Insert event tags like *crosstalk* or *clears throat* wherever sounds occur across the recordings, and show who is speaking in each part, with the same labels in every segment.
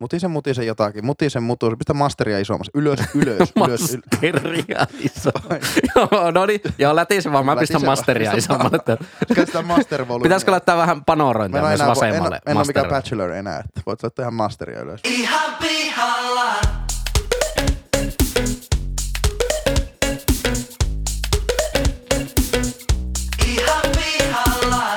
Speaker 1: Mutisen, mutisen jotakin, mutisen, mutisen, pistä masteria isommas, ylös, ylös, ylös, ylös.
Speaker 2: Masteria
Speaker 1: *laughs*
Speaker 2: iso. joo, no niin, joo, lätisevä. Mä pistän
Speaker 1: Lätisevä. *laughs*
Speaker 2: masteria isommalle.
Speaker 1: Käytetään master volumea.
Speaker 2: Pitäisikö laittaa vähän
Speaker 1: Mä
Speaker 2: panorointia
Speaker 1: en ole
Speaker 2: myös
Speaker 1: enää, en,
Speaker 2: vasemmalle?
Speaker 1: ole- en ole mikään
Speaker 2: masterille?
Speaker 1: bachelor enää, että voit laittaa ihan masteria ylös.
Speaker 3: Ihan pihalla. Ihan pihalla.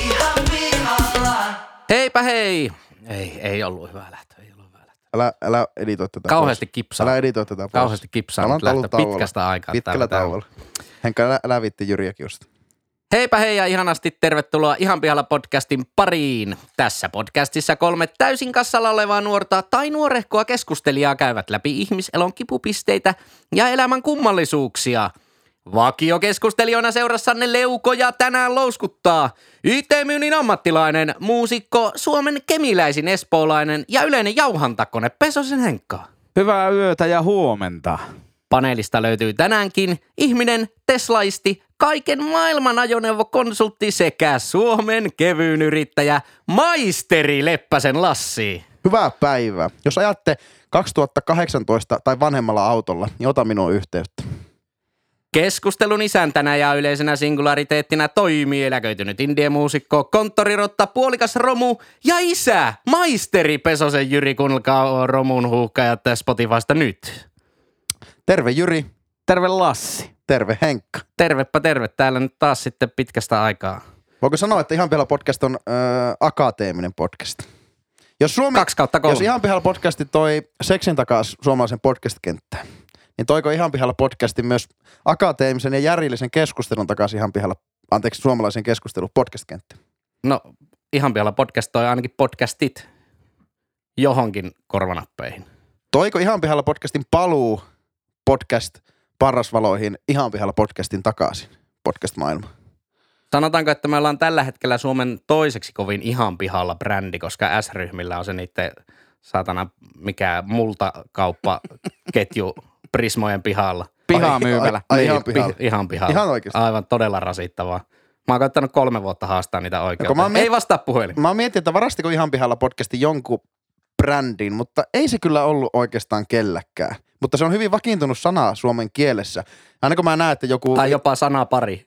Speaker 3: Ihan pihalla.
Speaker 2: Heipä hei! Ei, ei ollut hyvä lähtö, ei ollut hyvä lähtö.
Speaker 1: Älä, älä editoi tätä
Speaker 2: Kauheasti
Speaker 1: pois.
Speaker 2: kipsaa.
Speaker 1: Älä editoi tätä pois.
Speaker 2: Kauheasti kipsaa
Speaker 1: Mä
Speaker 2: nyt
Speaker 1: olen
Speaker 2: lähtö
Speaker 1: ollut tauolla.
Speaker 2: pitkästä aikaa.
Speaker 1: Pitkällä
Speaker 2: täällä.
Speaker 1: tauolla. Henkka, älä, älä vitti Jyriä Kiusta.
Speaker 2: Heipä hei ja ihanasti tervetuloa Ihan pihalla podcastin pariin. Tässä podcastissa kolme täysin kassalla olevaa nuorta tai nuorehkoa keskustelijaa käyvät läpi ihmiselon kipupisteitä ja elämän kummallisuuksia. Vakiokeskustelijoina seurassanne leukoja tänään louskuttaa IT-myynnin ammattilainen, muusikko, Suomen kemiläisin espoolainen ja yleinen jauhantakone Pesosen Henkka.
Speaker 4: Hyvää yötä ja huomenta.
Speaker 2: Paneelista löytyy tänäänkin ihminen, teslaisti, kaiken maailman ajoneuvokonsultti sekä Suomen kevyyn yrittäjä Maisteri Leppäsen Lassi.
Speaker 1: Hyvää päivää. Jos ajatte 2018 tai vanhemmalla autolla, niin ota minuun yhteyttä.
Speaker 2: Keskustelun isäntänä ja yleisenä singulariteettina toimii eläköitynyt indiemuusikko, konttorirotta, puolikas romu ja isä, maisteri Pesosen Jyri, kuunnelkaa romun huuhkajat Spotifysta nyt.
Speaker 1: Terve Jyri,
Speaker 4: Terve Lassi.
Speaker 1: terve Henkka.
Speaker 2: Tervepä terve, täällä nyt taas sitten pitkästä aikaa.
Speaker 1: Voiko sanoa, että Ihan pihalla podcast on ö, akateeminen podcast? Jos, Suomi,
Speaker 2: Kaksi kautta kolme.
Speaker 1: jos Ihan pihalla podcasti toi seksin takaa suomalaisen podcast-kenttään, niin toiko Ihan pihalla podcasti myös akateemisen ja järjellisen keskustelun takaisin Ihan pihalla, anteeksi, suomalaisen keskustelun podcast-kenttään?
Speaker 2: No, ihan vielä podcast toi ainakin podcastit johonkin korvanappeihin.
Speaker 1: Toiko Ihan pihalla podcastin paluu podcast parrasvaloihin Ihan pihalla podcastin takaisin podcast-maailma?
Speaker 2: Sanotaanko, että me ollaan tällä hetkellä Suomen toiseksi kovin ihan pihalla brändi, koska S-ryhmillä on se niiden saatana mikä
Speaker 1: *laughs*
Speaker 2: multakauppa ketju Prismojen pihalla.
Speaker 4: Pihamyymälä.
Speaker 1: Ai, ai,
Speaker 2: Niin,
Speaker 1: ihan pihalla.
Speaker 2: Pi- ihan pihalla.
Speaker 1: Ihan oikeasti?
Speaker 2: Aivan todella rasittavaa. Mä oon koittanut kolme vuotta haastaa niitä
Speaker 1: kun mä
Speaker 2: oikeutta.
Speaker 1: oon
Speaker 2: Miet... Ei vastaa puhelin.
Speaker 1: Mä oon miettinyt, että varastiko ihan pihalla podcasti jonkun brändin, mutta ei se kyllä ollut oikeastaan kelläkään. Mutta se on hyvin vakiintunut sana suomen kielessä. Aina kun mä näen, että joku,
Speaker 2: Tai jopa sana pari.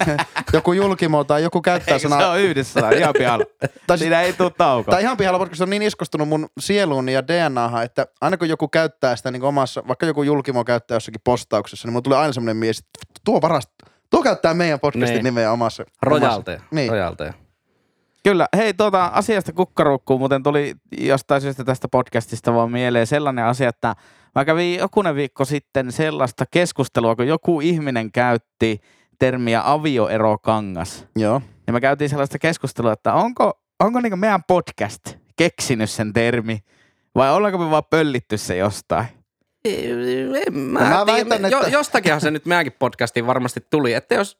Speaker 1: *laughs* joku julkimo tai joku käyttää
Speaker 4: Eikö se
Speaker 1: sanaa,
Speaker 4: ole yhdessä sana? Ihan pihalla.
Speaker 1: *laughs* Tai- siis-
Speaker 4: Siinä ei tule tauko.
Speaker 1: tai ihan pihalla podcast on niin iskostunut mun sieluun ja DNAhan, että aina kun joku käyttää sitä niin omassa, vaikka joku julkimo käyttää jossakin postauksessa, niin mun tulee aina semmoinen mies, että vittu, tuo varast, tuo käyttää meidän podcastin
Speaker 2: Niin.
Speaker 1: nimeä omassa.
Speaker 2: Rojalteja.
Speaker 1: omassa. Niin.
Speaker 2: Rojalteja.
Speaker 4: Kyllä. Hei, tuota, asiasta kukkarukkuun muuten tuli jostain syystä tästä podcastista vaan mieleen sellainen asia, että mä kävin jokunen viikko sitten sellaista keskustelua, kun joku ihminen käytti termiä avioerokangas.
Speaker 1: Joo.
Speaker 4: Ja me käytiin sellaista keskustelua, että onko, onko niin meidän podcast keksinyt sen termi vai ollaanko me vaan pöllitty se jostain?
Speaker 2: En mä,
Speaker 1: No mä
Speaker 2: mä
Speaker 1: väitän,
Speaker 2: jo,
Speaker 1: että-
Speaker 2: Jostakinhan se nyt meidänkin podcastiin varmasti tuli, että jos...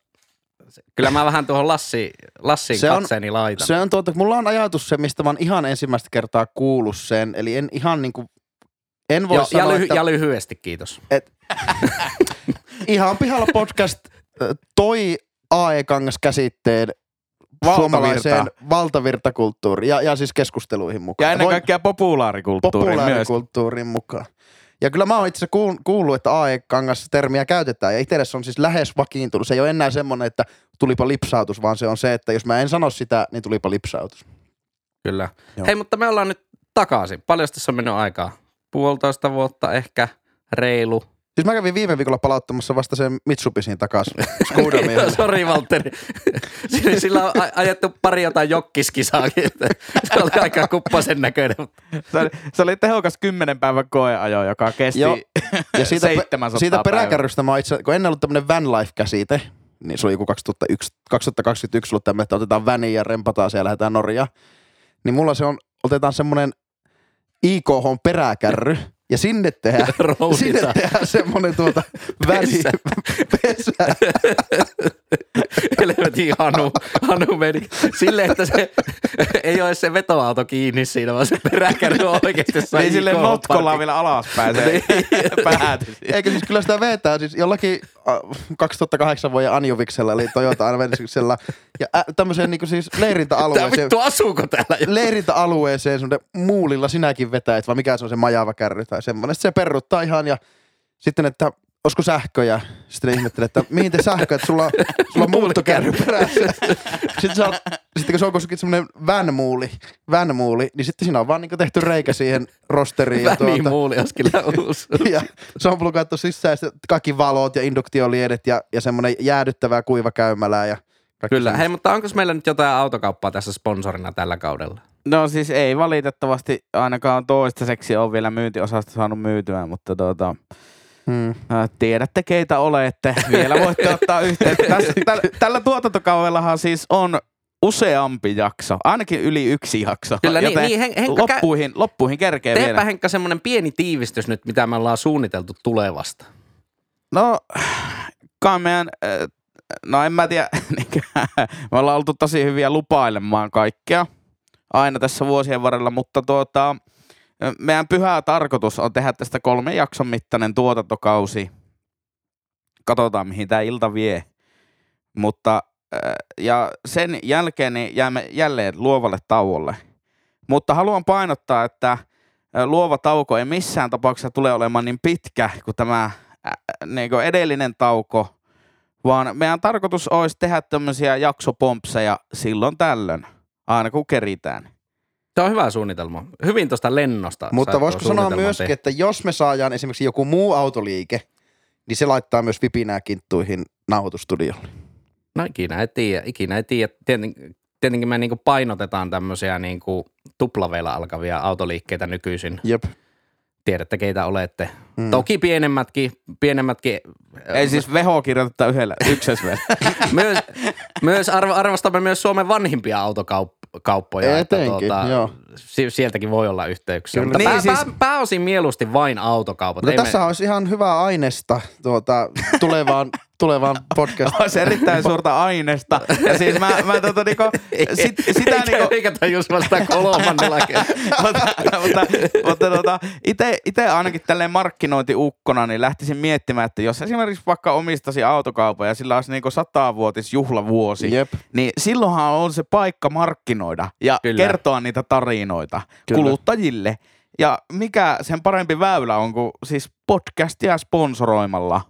Speaker 2: Kyllä mä vähän tuohon Lassi, Lassiin
Speaker 1: Se on-
Speaker 2: katseeni laitan.
Speaker 1: Se on tuota, mulla on ajatus se, mistä mä oon ihan ensimmäistä kertaa kuullut sen, eli en ihan niinku, en voi
Speaker 2: jo, ja,
Speaker 1: sanoa,
Speaker 2: lyhy,
Speaker 1: että
Speaker 2: ja lyhyesti, kiitos.
Speaker 1: ihan pihalla podcast ö, toi AE-kangas käsitteen
Speaker 4: Valtavirta.
Speaker 1: suomalaiseen valtavirtakulttuuriin ja, ja siis keskusteluihin
Speaker 4: Ja
Speaker 1: mukaan.
Speaker 4: ennen
Speaker 1: Voi-
Speaker 4: kaikkea populaarikulttuuriin myös.
Speaker 1: populaarikulttuurin mukaan. Ja kyllä mä oon itse asiassa kuul- kuullut, että AE-kangas-termiä käytetään ja itselle se on siis lähes vakiintunut. Se ei ole enää semmoinen, että tulipa lipsautus, vaan se on se, että jos mä en sano sitä, niin tulipa lipsautus.
Speaker 2: Kyllä.
Speaker 1: Joo.
Speaker 2: Joo. Hei, mutta me ollaan nyt takaisin. Paljon tässä on mennyt aikaa? Puolitoista vuotta ehkä, reilu.
Speaker 1: Siis mä kävin viime viikolla palauttamassa vasta sen Mitsubisiin takaisin
Speaker 2: *laughs*
Speaker 1: Skoda miehelle.
Speaker 2: Sori
Speaker 1: *laughs*
Speaker 2: Valtteri. Sillä- Sillä on a- ajettu pari jotain jokkiskisaakin. että Se oli aika kuppasen näköinen. mutta
Speaker 4: Se oli, se oli tehokas kymmenen päivän koeajo, joka kesti
Speaker 1: Joo.
Speaker 4: *laughs*
Speaker 1: Ja siitä, pe-
Speaker 4: 700
Speaker 1: siitä
Speaker 4: päivää.
Speaker 1: peräkärrystä mä oon itse, kun ennen ollut tämmönen van life-käsite, niin se oli joku 2001, 2021 ollut tämmöinen, että otetaan väni ja rempataan siellä ja lähdetään Norjaan. Niin mulla se on, otetaan semmonen IKH peräkärry ja sinne
Speaker 2: *laughs*
Speaker 1: tehdään,
Speaker 2: Rouhitaan.
Speaker 1: sinne tehdään semmonen tuota väni, *laughs*
Speaker 2: Pesä.
Speaker 1: pesä.
Speaker 2: Helvetin Hanu, Hanu meni silleen, että se ei ole se vetoauto kiinni siinä, vaan se peräkärry on oikeasti se
Speaker 4: Niin silleen
Speaker 2: IK-parkki.
Speaker 4: *laughs* Niin. notkollaan vielä alaspäin se päätys.
Speaker 1: Eikö siis kyllä sitä vetää, siis jollakin a, 2008 vuoden Anjoviksella, eli Toyota Anjoviksella, ja ä, tämmöiseen niin siis
Speaker 2: Tää
Speaker 1: leirintäalueeseen,
Speaker 2: vittu asuuko täällä jo?
Speaker 1: leirintäalueeseen semmoinen muulilla sinäkin vetäit, vai mikä se on se majava kärry tai semmoinen. Sitten se perruttaa ihan ja sitten, että olisiko sähköjä? Sitten ne ihmettelee, että mihin te sähköjä, että
Speaker 2: *laughs*
Speaker 1: sulla, on- sulla on muuttokärry perässä. Sitten, sä oot, sitten kun se on kuitenkin semmoinen vänmuuli, vänmuuli, niin sitten siinä on vaan niin tehty reikä siihen rosteriin. ja
Speaker 2: Väni
Speaker 1: tuota-
Speaker 2: muuli olisi kyllä uusi.
Speaker 1: ja se on plukattu sisään ja sitten kaikki valot ja induktioliedet ja, ja semmoinen jäädyttävää kuivakäymälää. Ja kaikki
Speaker 2: Kyllä.
Speaker 1: semmoista.
Speaker 2: Hei, mutta onko meillä nyt jotain autokauppaa tässä sponsorina tällä kaudella?
Speaker 4: No siis ei valitettavasti ainakaan toistaiseksi ole vielä myyntiosasta saanut myytyä, mutta tuota,
Speaker 1: Hmm.
Speaker 4: Äh, Tiedätte keitä olette. Vielä voitte *laughs* ottaa yhteyttä. Tässä, täl, tällä tuotantokaudellahan siis on useampi jakso, ainakin yli yksi jakso.
Speaker 2: Kyllä, niin-
Speaker 4: joten
Speaker 2: niin, Hen- Henkka, kä-
Speaker 4: loppuihin, loppuihin kerkee
Speaker 2: Teepä
Speaker 4: vielä.
Speaker 2: Henkka semmoinen pieni tiivistys nyt, mitä me ollaan suunniteltu tulevasta.
Speaker 4: No, kai meidän, äh, no en mä tiedä, *laughs* niinkö, me ollaan oltu tosi hyviä lupailemaan kaikkea aina tässä vuosien varrella, mutta tuota, meidän pyhä tarkoitus on tehdä tästä kolmen jakson mittainen tuotantokausi. Katsotaan, mihin tämä ilta vie. Mutta, äh, ja sen jälkeen niin jäämme jälleen luovalle tauolle. Mutta haluan painottaa, että äh, luova tauko ei missään tapauksessa tule olemaan niin pitkä kuin tämä niin kuin edellinen tauko, vaan meidän tarkoitus olisi tehdä tämmöisiä jaksopompseja silloin tällöin, aina kun keritään.
Speaker 2: Tämä on hyvä suunnitelma. Hyvin tuosta lennosta.
Speaker 1: Mutta
Speaker 2: sait
Speaker 1: voisiko
Speaker 2: tuon
Speaker 1: sanoa
Speaker 2: suunnitelman
Speaker 1: myöskin,
Speaker 2: tehtyä.
Speaker 1: että jos me saadaan esimerkiksi joku muu autoliike, niin se laittaa myös vipinää kinttuihin nauhoitustudiolle.
Speaker 2: No ikinä ei tiedä, ikinä ei tiedä. Tieten, tietenkin me niinku painotetaan tämmöisiä niinku tuplaveilla alkavia autoliikkeitä nykyisin.
Speaker 1: Jep.
Speaker 2: Tiedätte keitä olette.
Speaker 1: Mm.
Speaker 2: Toki pienemmätkin, pienemmätkin.
Speaker 4: Ei siis veho kirjoiteta yhdellä, yksesvellä.
Speaker 2: myös, myös arvo, arvostamme myös Suomen vanhimpia autokauppoja. tuota,
Speaker 1: Etenkin, joo.
Speaker 2: si- sieltäkin voi olla yhteyksiä.
Speaker 1: Kyllä.
Speaker 2: Mutta
Speaker 4: Niin,
Speaker 2: niin, pää,
Speaker 4: siis-
Speaker 2: siis... pää, pääosin mieluusti vain autokaupat.
Speaker 1: No
Speaker 2: Ei
Speaker 1: tässä olisi ihan hyvää aineesta tuota,
Speaker 2: *laughs*
Speaker 1: tulevaan, tulevaan podcastiin.
Speaker 4: Olisi erittäin suurta aineesta. Ja siis mä, mä tota niinku, sit, sitä
Speaker 2: eikä,
Speaker 4: niinku,
Speaker 2: eikä tajus vasta kolmannella kertaa.
Speaker 4: mutta, mutta, mutta tota, ite, ite ainakin tälleen markkinointiukkona, niin lähtisin miettimään, että jos esimerkiksi vaikka omistasi autokaupan ja sillä olisi niinku satavuotis juhlavuosi,
Speaker 1: Jep.
Speaker 4: niin silloinhan on se paikka markkinoida ja
Speaker 2: Kyllä.
Speaker 4: Kyllä. kertoa niitä tarinoita
Speaker 1: Kyllä.
Speaker 4: Kyllä. kuluttajille. Ja mikä sen parempi väylä on kuin siis podcastia sponsoroimalla.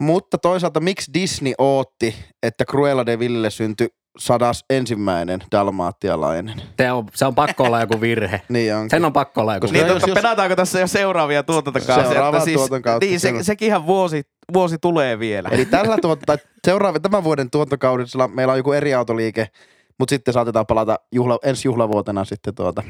Speaker 1: No Mutta toisaalta miksi Disney ootti, että Cruella de Ville syntyi sadas ensimmäinen dalmaatialainen?
Speaker 2: Se on, se on pakko olla joku virhe.
Speaker 1: Niin onkin.
Speaker 2: Sen on pakko olla joku
Speaker 1: Koska-
Speaker 4: Niin,
Speaker 1: No
Speaker 2: virhe.
Speaker 1: jos-
Speaker 4: totta,
Speaker 1: jos-
Speaker 4: penataanko tässä jo seuraavia tuotantokausia?
Speaker 1: Seuraavaa
Speaker 4: Että
Speaker 1: tuotantokautta,
Speaker 4: Niin, se,
Speaker 1: kyllä.
Speaker 4: sekinhän vuosi, vuosi tulee vielä.
Speaker 1: *laughs* Eli tällä tuot, tai seuraavan tämän vuoden tuontokaudella meillä on joku eri autoliike, mutta sitten saatetaan palata juhla, ensi juhlavuotena sitten tuota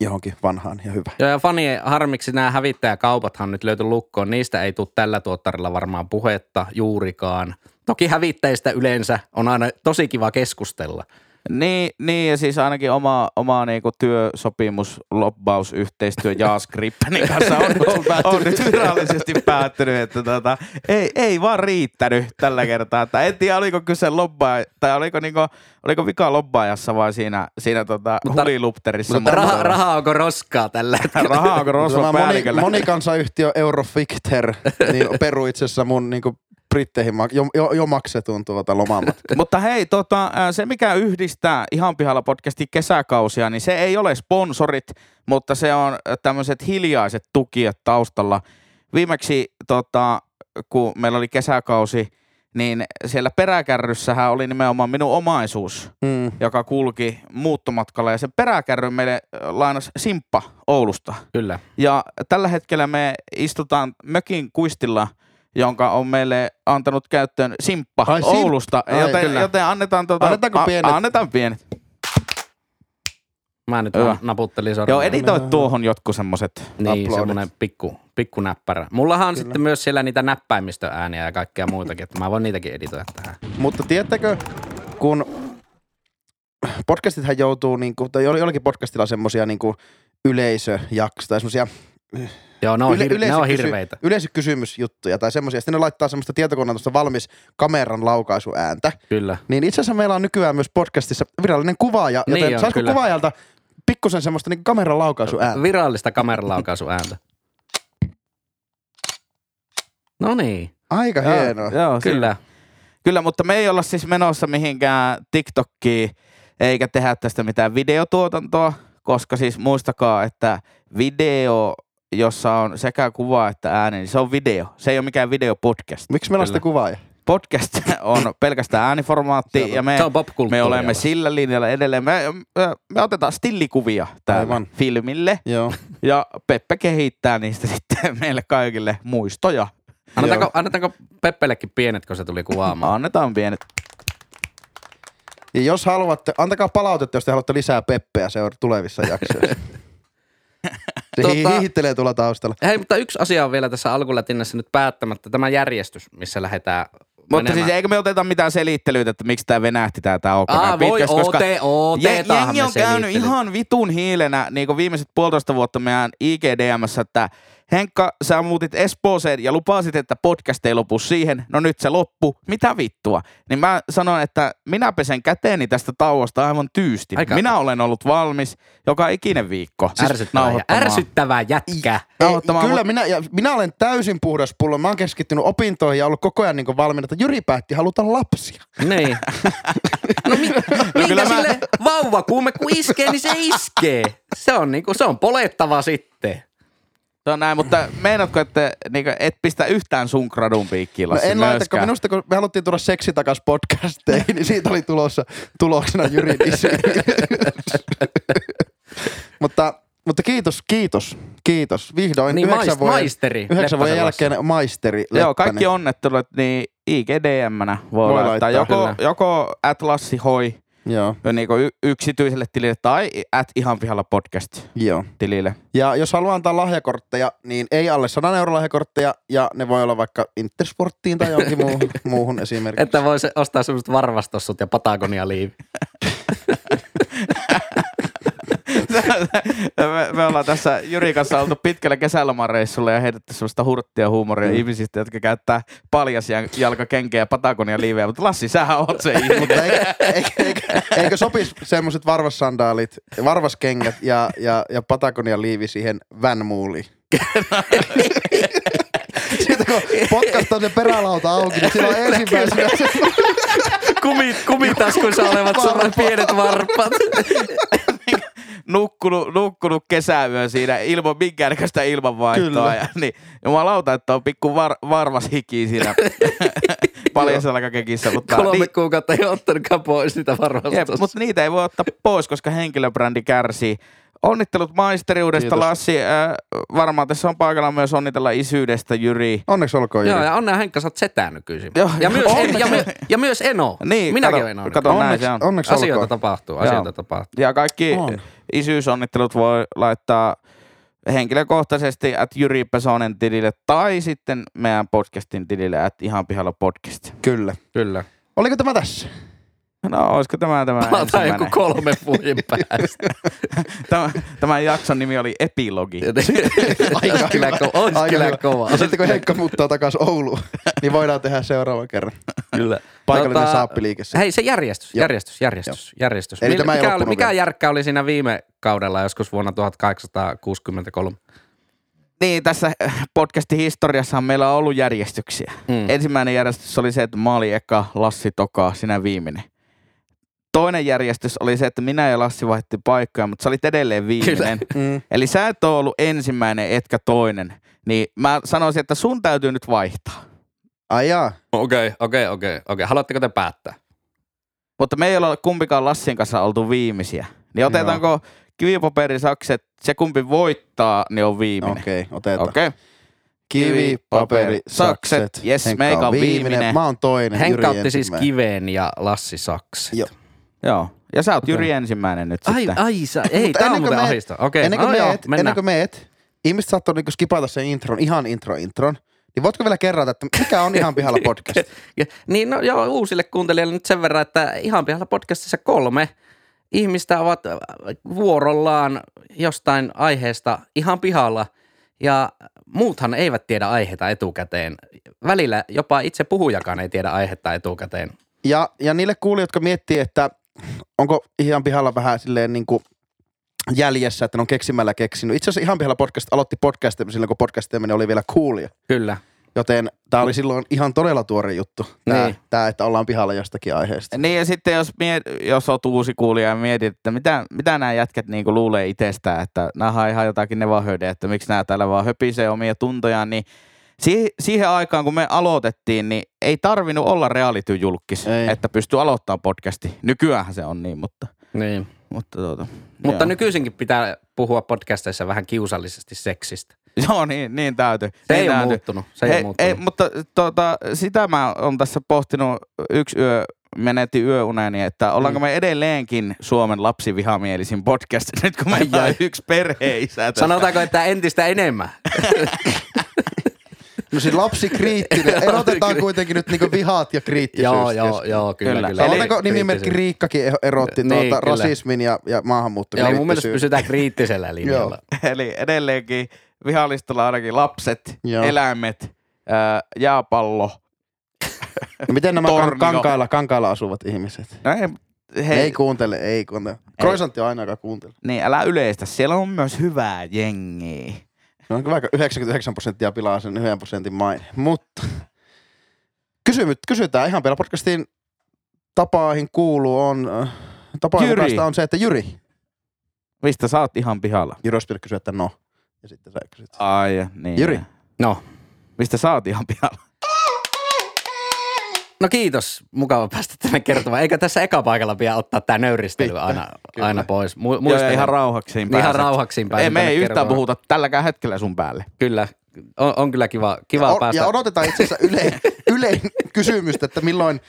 Speaker 1: johonkin vanhaan ja hyvä.
Speaker 2: Joo, ja fani, harmiksi nämä hävittäjäkaupathan nyt löyty lukkoon. Niistä ei tule tällä tuottarilla varmaan puhetta juurikaan. Toki hävittäjistä yleensä on aina tosi kiva keskustella.
Speaker 4: Niin, niin, ja siis ainakin oma, oma niinku työsopimus, lobbausyhteistyö Jaas Grippenin kanssa on, on, on nyt virallisesti päättynyt, että tota, ei, ei vaan riittänyt tällä kertaa. Että en tiedä, oliko kyse lobbaa, tai oliko, niinku, oliko vika lobbaajassa vai siinä, siinä tota,
Speaker 2: Mutta-
Speaker 4: hulilupterissa.
Speaker 2: Mutta raha, raha onko roskaa tällä hetkellä?
Speaker 4: *laughs* raha onko rosvo
Speaker 1: Tämä moni,
Speaker 4: päälliköllä?
Speaker 1: monikansayhtiö Euroficter niin peru itse asiassa mun niin britteihin mak- jo, jo, jo, maksetun tuota lomamat.
Speaker 4: Mutta hei, tota, äh, se mikä yhdistää Ihan pihalla podcastin kesäkausia, niin se ei ole sponsorit, mutta se on äh, tämmöiset hiljaiset tukijat taustalla. Viimeksi, tota, kun meillä oli kesäkausi, niin siellä peräkärryssähän oli nimenomaan minun omaisuus,
Speaker 1: Mm.
Speaker 4: joka kulki muuttomatkalla. Ja sen peräkärryn meille äh, lainasi Simppa Oulusta.
Speaker 2: Kyllä.
Speaker 4: Ja tällä hetkellä me istutaan mökin kuistilla, jonka on meille antanut käyttöön Simppa
Speaker 1: Ai,
Speaker 4: Ai,
Speaker 1: Sim-
Speaker 4: Oulusta.
Speaker 1: Ai,
Speaker 4: Ai, joten,
Speaker 1: kyllä.
Speaker 4: joten annetaan, tuota,
Speaker 1: Annetaanko pienet?
Speaker 4: annetaan pienet.
Speaker 2: Mä nyt
Speaker 4: Hyvä.
Speaker 2: vaan naputtelin sormella.
Speaker 4: Joo, editoi tuohon jotkut semmoset.
Speaker 2: Niin,
Speaker 1: Uploadit.
Speaker 2: semmoinen pikku, pikku näppärä. Mullahan on sitten myös siellä niitä näppäimistöääniä ja kaikkea muutakin, että mä voin niitäkin editoida tähän.
Speaker 1: Mutta tiedättekö, kun podcastithan joutuu, niin kuin, tai jollakin podcastilla semmoisia niin yleisöjaksoja tai semmoisia
Speaker 2: Joo, ne on, Yle, hir- ne on
Speaker 1: yleisökysy-
Speaker 2: hirveitä.
Speaker 1: Yleisökysymysjuttuja tai semmoisia. Sitten ne laittaa semmoista tietokoneen tuosta valmis kameran laukaisuääntä.
Speaker 2: Kyllä.
Speaker 1: Niin itse asiassa meillä on nykyään myös podcastissa virallinen kuvaaja, joten
Speaker 2: Niin on,
Speaker 1: saisiko
Speaker 2: kyllä.
Speaker 1: kuvaajalta pikkusen semmoista niin kameran laukaisuääntä?
Speaker 2: Virallista kameralaukaisu ääntä. No niin.
Speaker 1: Aika hienoa.
Speaker 4: Joo, si-
Speaker 2: Kyllä.
Speaker 4: Kyllä, mutta me ei olla siis menossa mihinkään TikTokkiin eikä tehdä tästä mitään videotuotantoa, koska siis muistakaa, että video, jossa on sekä kuva että ääni, niin se on video. Se ei ole mikään videopodcast.
Speaker 1: Miksi meillä on sitä kuvaaja?
Speaker 4: Podcast *laughs* on pelkästään
Speaker 1: Se
Speaker 4: ääniformaatti
Speaker 1: on-
Speaker 4: ja me,
Speaker 2: Se on popkulttuuria.
Speaker 4: me olemme sillä linjalla edelleen. Me, me- me otetaan stillikuvia täällä
Speaker 1: Aivan.
Speaker 4: filmille
Speaker 1: Joo.
Speaker 4: ja Peppe kehittää niistä *laughs* sitten meille kaikille muistoja.
Speaker 2: Annetaanko, annetaanko Peppellekin pienet, kun se tuli kuvaamaan?
Speaker 4: Annetaan pienet
Speaker 1: Ja jos haluatte, antakaa palautetta, jos te haluatte lisää Peppeä seura- tulevissa
Speaker 2: *laughs*
Speaker 1: jaksoissa. Se
Speaker 2: Tota-
Speaker 1: tota... hiihittelee tuolla taustalla.
Speaker 2: Hei, mutta yksi asia on vielä tässä alkulätinnässä nyt päättämättä. Tämä järjestys, missä lähdetään
Speaker 4: Mutta siis
Speaker 2: menemään.
Speaker 4: eikö me oteta mitään selittelyitä, että miksi tämä venähti tää tauko
Speaker 2: e- Aa,
Speaker 4: näin
Speaker 2: voi,
Speaker 4: pitkäksi,
Speaker 2: ote- otetaanhan
Speaker 4: je- jengi
Speaker 2: me
Speaker 4: on käynyt
Speaker 2: selittelyt.
Speaker 4: ihan vitun hiilenä niin kuin viimeiset puolitoista vuotta meidän IGDMssä, että Henkka, sä muutit Espooseen ja lupasit, että podcast ei lopu siihen. No nyt se loppu. Mitä vittua? Niin mä sanon, että minä pesen käteeni tästä tauosta aivan tyysti.
Speaker 2: Aika-
Speaker 4: Minä olen ollut valmis joka ikinen viikko. siis
Speaker 2: siis ärsyttävää, jä-
Speaker 4: nauhoittamaan.
Speaker 2: ärsyttävää jätkää.
Speaker 4: Nauhoittamaan,
Speaker 1: kyllä,
Speaker 4: mut-
Speaker 1: minä, ja minä olen täysin puhdas pullo. Mä oon keskittynyt opintoihin ja ollut koko ajan niin valmiina, että Jyri päätti haluta lapsia.
Speaker 2: *laughs* Niin. No mi- minkä
Speaker 4: kyllä mä-
Speaker 2: sille vauvakuume kun iskee, niin se iskee. Se on, niinku, se on polettava sitten.
Speaker 4: Se on näin, mutta meinaatko, että niin et pistä yhtään sun gradun piikkiin,
Speaker 1: No
Speaker 4: Lassi,
Speaker 1: en laita, kun
Speaker 4: myöskään?
Speaker 1: minusta kun me haluttiin tulla seksi takas podcasteihin, niin siitä oli tulossa tuloksena Jyrin
Speaker 2: *laughs*
Speaker 1: isi. mutta, mutta kiitos, kiitos, kiitos. Vihdoin
Speaker 2: Niin,
Speaker 1: yhdeksän
Speaker 2: maist-
Speaker 1: vuoden,
Speaker 2: maisteri
Speaker 1: yhdeksän vuoden
Speaker 2: Leppäsen
Speaker 1: jälkeen maisteri.
Speaker 4: Joo, kaikki
Speaker 1: Leppänen.
Speaker 4: onnettelut, niin IGDM-nä voi,
Speaker 1: Voi
Speaker 4: voi laittaa.
Speaker 1: laittaa,
Speaker 4: Joko,
Speaker 2: kyllä.
Speaker 4: joko at Lassi Hoi
Speaker 1: Joo,
Speaker 4: niin y- yksityiselle tilille tai at Ihan pihalla podcast
Speaker 1: joo.
Speaker 4: tilille.
Speaker 1: Ja jos haluaa antaa lahjakortteja, niin ei alle 100 euro lahjakortteja, ja ne voi olla vaikka Intersporttiin tai johonkin
Speaker 2: *laughs*
Speaker 1: muuhun, muuhun esimerkiksi.
Speaker 2: Että voi se ostaa semmoiset varvastossut ja Patagonia liivi.
Speaker 4: me, me, ollaan tässä Jyri kanssa oltu pitkällä kesälomareissulla ja heitetty sellaista hurttia huumoria ihmisistä, jotka käyttää paljasia jalkakenkiä ja patagonia liivejä. Mutta Lassi, sähän oot se ihminen.
Speaker 1: Mutta eikö, eikö, eikö, eikö sopisi semmoiset varvassandaalit, varvaskengät ja, ja, ja Patagonia liivi siihen Van
Speaker 2: *laughs*
Speaker 1: Mooliin? Siitä kun potkastaa se perälauta auki, niin silloin ensimmäisenä se
Speaker 2: Kumi, kumitaskuissa olevat semmoiset pienet varpat.
Speaker 4: nukkunut, nukkunut kesäyön siinä ilman minkäännäköistä ilmanvaihtoa.
Speaker 1: Kyllä.
Speaker 4: Ja, niin, jumalauta, että on pikku var, varvas
Speaker 1: *laughs*
Speaker 4: hiki siinä paljasalkakekissä. Mutta,
Speaker 2: Kolme
Speaker 4: niin,
Speaker 2: kuukautta ei ottanutkaan pois niitä
Speaker 4: jep,
Speaker 2: varvastossa.
Speaker 4: mutta niitä ei voi ottaa pois, koska henkilöbrändi kärsii. Onnittelut maisteriudesta,
Speaker 1: Kiitos.
Speaker 4: Lassi. Äh, varmaan tässä on paikalla myös onnitella isyydestä, Jyri.
Speaker 1: Onneksi olkoon, Jyri.
Speaker 2: Joo, ja onnea Henkka, sä oot setää nykyisin.
Speaker 4: Joo,
Speaker 2: ja, myös,
Speaker 4: onneksi.
Speaker 2: ja, my, ja myös Eno.
Speaker 4: Niin,
Speaker 2: Minäkin
Speaker 4: kato-
Speaker 2: olen Eno.
Speaker 4: kato, näin
Speaker 1: Onneksi,
Speaker 4: se on.
Speaker 1: onneksi
Speaker 2: Asioita
Speaker 1: olkoon.
Speaker 2: tapahtuu, asioita
Speaker 4: Joo.
Speaker 2: tapahtuu.
Speaker 4: Ja kaikki
Speaker 1: On.
Speaker 4: isyysonnittelut voi laittaa henkilökohtaisesti at Jyri Pesonen tilille tai sitten meidän podcastin tilille at Ihan pihalla podcast.
Speaker 1: Kyllä.
Speaker 2: Kyllä.
Speaker 1: Oliko tämä tässä?
Speaker 4: No, olisiko tämä tämä
Speaker 2: Palataan joku
Speaker 4: ensimmäinen?
Speaker 2: kolme vuoden päästä.
Speaker 4: Tämä, tämän jakson nimi oli Epilogi.
Speaker 2: Ois kyllä ko- ois kyllä
Speaker 1: hyvä.
Speaker 2: kova.
Speaker 1: Ja sitten kun Henkka muuttaa takaisin Ouluun, niin voidaan tehdä seuraavan kerran.
Speaker 2: Kyllä.
Speaker 1: Paikallinen saappiliike sitten.
Speaker 2: Tota, Hei, se järjestys,
Speaker 1: Joo.
Speaker 2: järjestys, järjestys, järjestys.
Speaker 1: Eli
Speaker 2: Mil-
Speaker 1: tämä ei
Speaker 2: mikä, oli,
Speaker 1: loppunut
Speaker 2: mikä
Speaker 1: vielä.
Speaker 2: järkkä oli siinä viime kaudella joskus vuonna 1863?
Speaker 4: Niin, tässä podcastin historiassahan meillä on ollut järjestyksiä.
Speaker 2: Mm.
Speaker 4: Ensimmäinen järjestys oli se, että mä olin eka, Lassi toka, sinä viimeinen. Toinen järjestys oli se, että minä ja Lassi vaihdettiin paikkoja, mutta sä olit edelleen viimeinen.
Speaker 1: Mm.
Speaker 4: Eli sä et ole ollut ensimmäinen, etkä toinen. Niin mä sanoisin, että sun täytyy nyt vaihtaa.
Speaker 1: Ai jaa.
Speaker 2: Okei, okei, okei. okei. Haluatteko te päättää?
Speaker 4: Mutta me ei olla kumpikaan Lassin kanssa oltu viimeisiä. Niin otetaanko kivipaperisakset, se kumpi voittaa, niin on viimeinen.
Speaker 1: Okei, okay, otetaan.
Speaker 4: Okei.
Speaker 1: Kivi, paperi, sakset.
Speaker 4: sakset. Jes,
Speaker 1: Henkka
Speaker 4: meikä on
Speaker 1: on
Speaker 4: viimeinen.
Speaker 1: Mä oon toinen.
Speaker 2: Henkka
Speaker 1: Jyri
Speaker 2: otti siis
Speaker 1: ensimmäinen.
Speaker 2: kiveen ja Lassi sakset.
Speaker 1: Joo.
Speaker 4: Joo. Ja sä oot Jyri ensimmäinen nyt
Speaker 2: Ai,
Speaker 4: sitten.
Speaker 2: ai sä, ei,
Speaker 1: Mutta
Speaker 2: tää on
Speaker 1: ennen kuin
Speaker 2: muuten
Speaker 1: me-
Speaker 2: ahista. Okei,
Speaker 1: ennen, kuin
Speaker 2: no joo,
Speaker 1: meet, ennen
Speaker 2: mennään.
Speaker 1: kuin meet, ihmiset saattoi niinku skipata sen intron, ihan intro intron. Niin voitko vielä kerrata, että mikä on ihan
Speaker 2: *laughs*
Speaker 1: pihalla podcast?
Speaker 2: Ja, niin no joo, uusille kuuntelijoille nyt sen verran, että ihan pihalla podcastissa kolme ihmistä ovat äh, vuorollaan jostain aiheesta ihan pihalla. Ja muuthan eivät tiedä aiheita etukäteen. Välillä jopa itse puhujakaan ei tiedä aihetta etukäteen.
Speaker 1: Ja, ja niille kuulijoille, jotka miettii, että onko ihan pihalla vähän silleen niin kuin jäljessä, että ne on keksimällä keksinyt. Itse asiassa ihan pihalla podcast aloitti podcastin silloin, kun podcastiminen oli vielä coolia.
Speaker 2: Kyllä.
Speaker 1: Joten tämä oli silloin ihan todella tuore juttu, tämä,
Speaker 2: Mm. Niin.
Speaker 1: niin. tämä että ollaan pihalla jostakin aiheesta.
Speaker 4: Niin ja sitten jos, miet, jos oot uusi kuulija ja mietit, että mitä, mitä nämä jätket niinku luulee itsestään, että nämä on ihan jotakin nevahöydejä, että miksi nämä täällä vaan höpisee omia tuntojaan, niin si- siihen aikaan kun me aloitettiin, niin ei tarvinnut olla reality-julkis,
Speaker 1: Ei.
Speaker 4: että pystyy aloittamaan podcasti. Nykyään se on niin, mutta...
Speaker 2: Niin.
Speaker 4: Mutta, tuota, *laughs*
Speaker 2: Mutta
Speaker 4: joo.
Speaker 2: nykyisinkin pitää puhua podcasteissa vähän kiusallisesti seksistä.
Speaker 4: Joo, niin, niin täytyy.
Speaker 2: Se
Speaker 4: niin
Speaker 2: ei ole
Speaker 4: täytyy.
Speaker 2: muuttunut. Se ei, ole
Speaker 4: ei,
Speaker 2: muuttunut.
Speaker 4: ei, mutta tota, sitä mä oon tässä pohtinut yksi yö, menetti yöuneni, että ollaanko
Speaker 2: Mm.
Speaker 4: me edelleenkin Suomen lapsivihamielisin podcast *laughs* nyt, kun
Speaker 2: Ai,
Speaker 4: meillä
Speaker 2: ai.
Speaker 4: on yksi perheisä tässä.
Speaker 2: Sanotaanko, että entistä enemmän?
Speaker 1: No siis
Speaker 2: *laughs*
Speaker 1: lapsikriittinen. Erotetaan kuitenkin nyt niinku vihat ja kriittisyys.
Speaker 2: joo, joo, joo, kyllä,
Speaker 4: Kyllä.
Speaker 2: kyllä.
Speaker 4: Eli-
Speaker 1: Sanotaanko nimimerkki
Speaker 2: kriittisyys.
Speaker 1: Riikkakin eho- erotti
Speaker 2: Niin,
Speaker 1: tuota
Speaker 2: kyllä.
Speaker 1: rasismin ja, ja maahanmuuttoon
Speaker 2: Joo, mun mielestä pysytään kriittisellä linjalla.
Speaker 4: Eli edelleenkin vihallistalla ainakin lapset,
Speaker 1: Joo.
Speaker 4: eläimet, ää, jääpallo.
Speaker 1: No Miten nämä kan-
Speaker 4: Tornio.
Speaker 1: kankailla, kankailla asuvat ihmiset?
Speaker 4: No ei,
Speaker 1: Hei.
Speaker 4: hei,
Speaker 1: Ei kuuntele, ei kuuntele. Kroisantti on aina, joka kuuntele.
Speaker 4: niin älä yleistä, siellä on myös hyvää jengiä.
Speaker 1: No on kyllä aika 99 prosenttia pilaa sen 1 prosentin maine. Mutta kysymy, kysytään ihan vielä podcastiin tapaahin kuuluu on... äh, Tapaa
Speaker 4: Jyri.
Speaker 1: mukaista on se, että Jyri.
Speaker 4: Mistä sä oot ihan pihalla?
Speaker 1: Jyri olisi pitänyt kysyä, että no. Ja sitten sä kysyt.
Speaker 4: Ai, niin.
Speaker 1: Jyri.
Speaker 2: No.
Speaker 4: Mistä sä oot ihan pihalla?
Speaker 2: No kiitos, mukava päästä tänne kertomaan. Eikä tässä eka paikalla pidä ottaa tämä nöyristely aina,
Speaker 1: kyllä.
Speaker 2: aina pois. Mu-
Speaker 4: Joo,
Speaker 2: muista
Speaker 4: ja ihan rauhaksiin pääset.
Speaker 2: Ihan rauhaksiin pääsen
Speaker 4: Ei, me
Speaker 2: tänne
Speaker 4: ei yhtään
Speaker 2: kertomaan.
Speaker 4: puhuta tälläkään hetkellä sun päälle.
Speaker 2: Kyllä, on, on kyllä kiva, kiva
Speaker 1: O-
Speaker 2: päästä.
Speaker 1: Ja odotetaan itse asiassa
Speaker 2: *laughs*
Speaker 1: yle, ylein kysymystä, että milloin,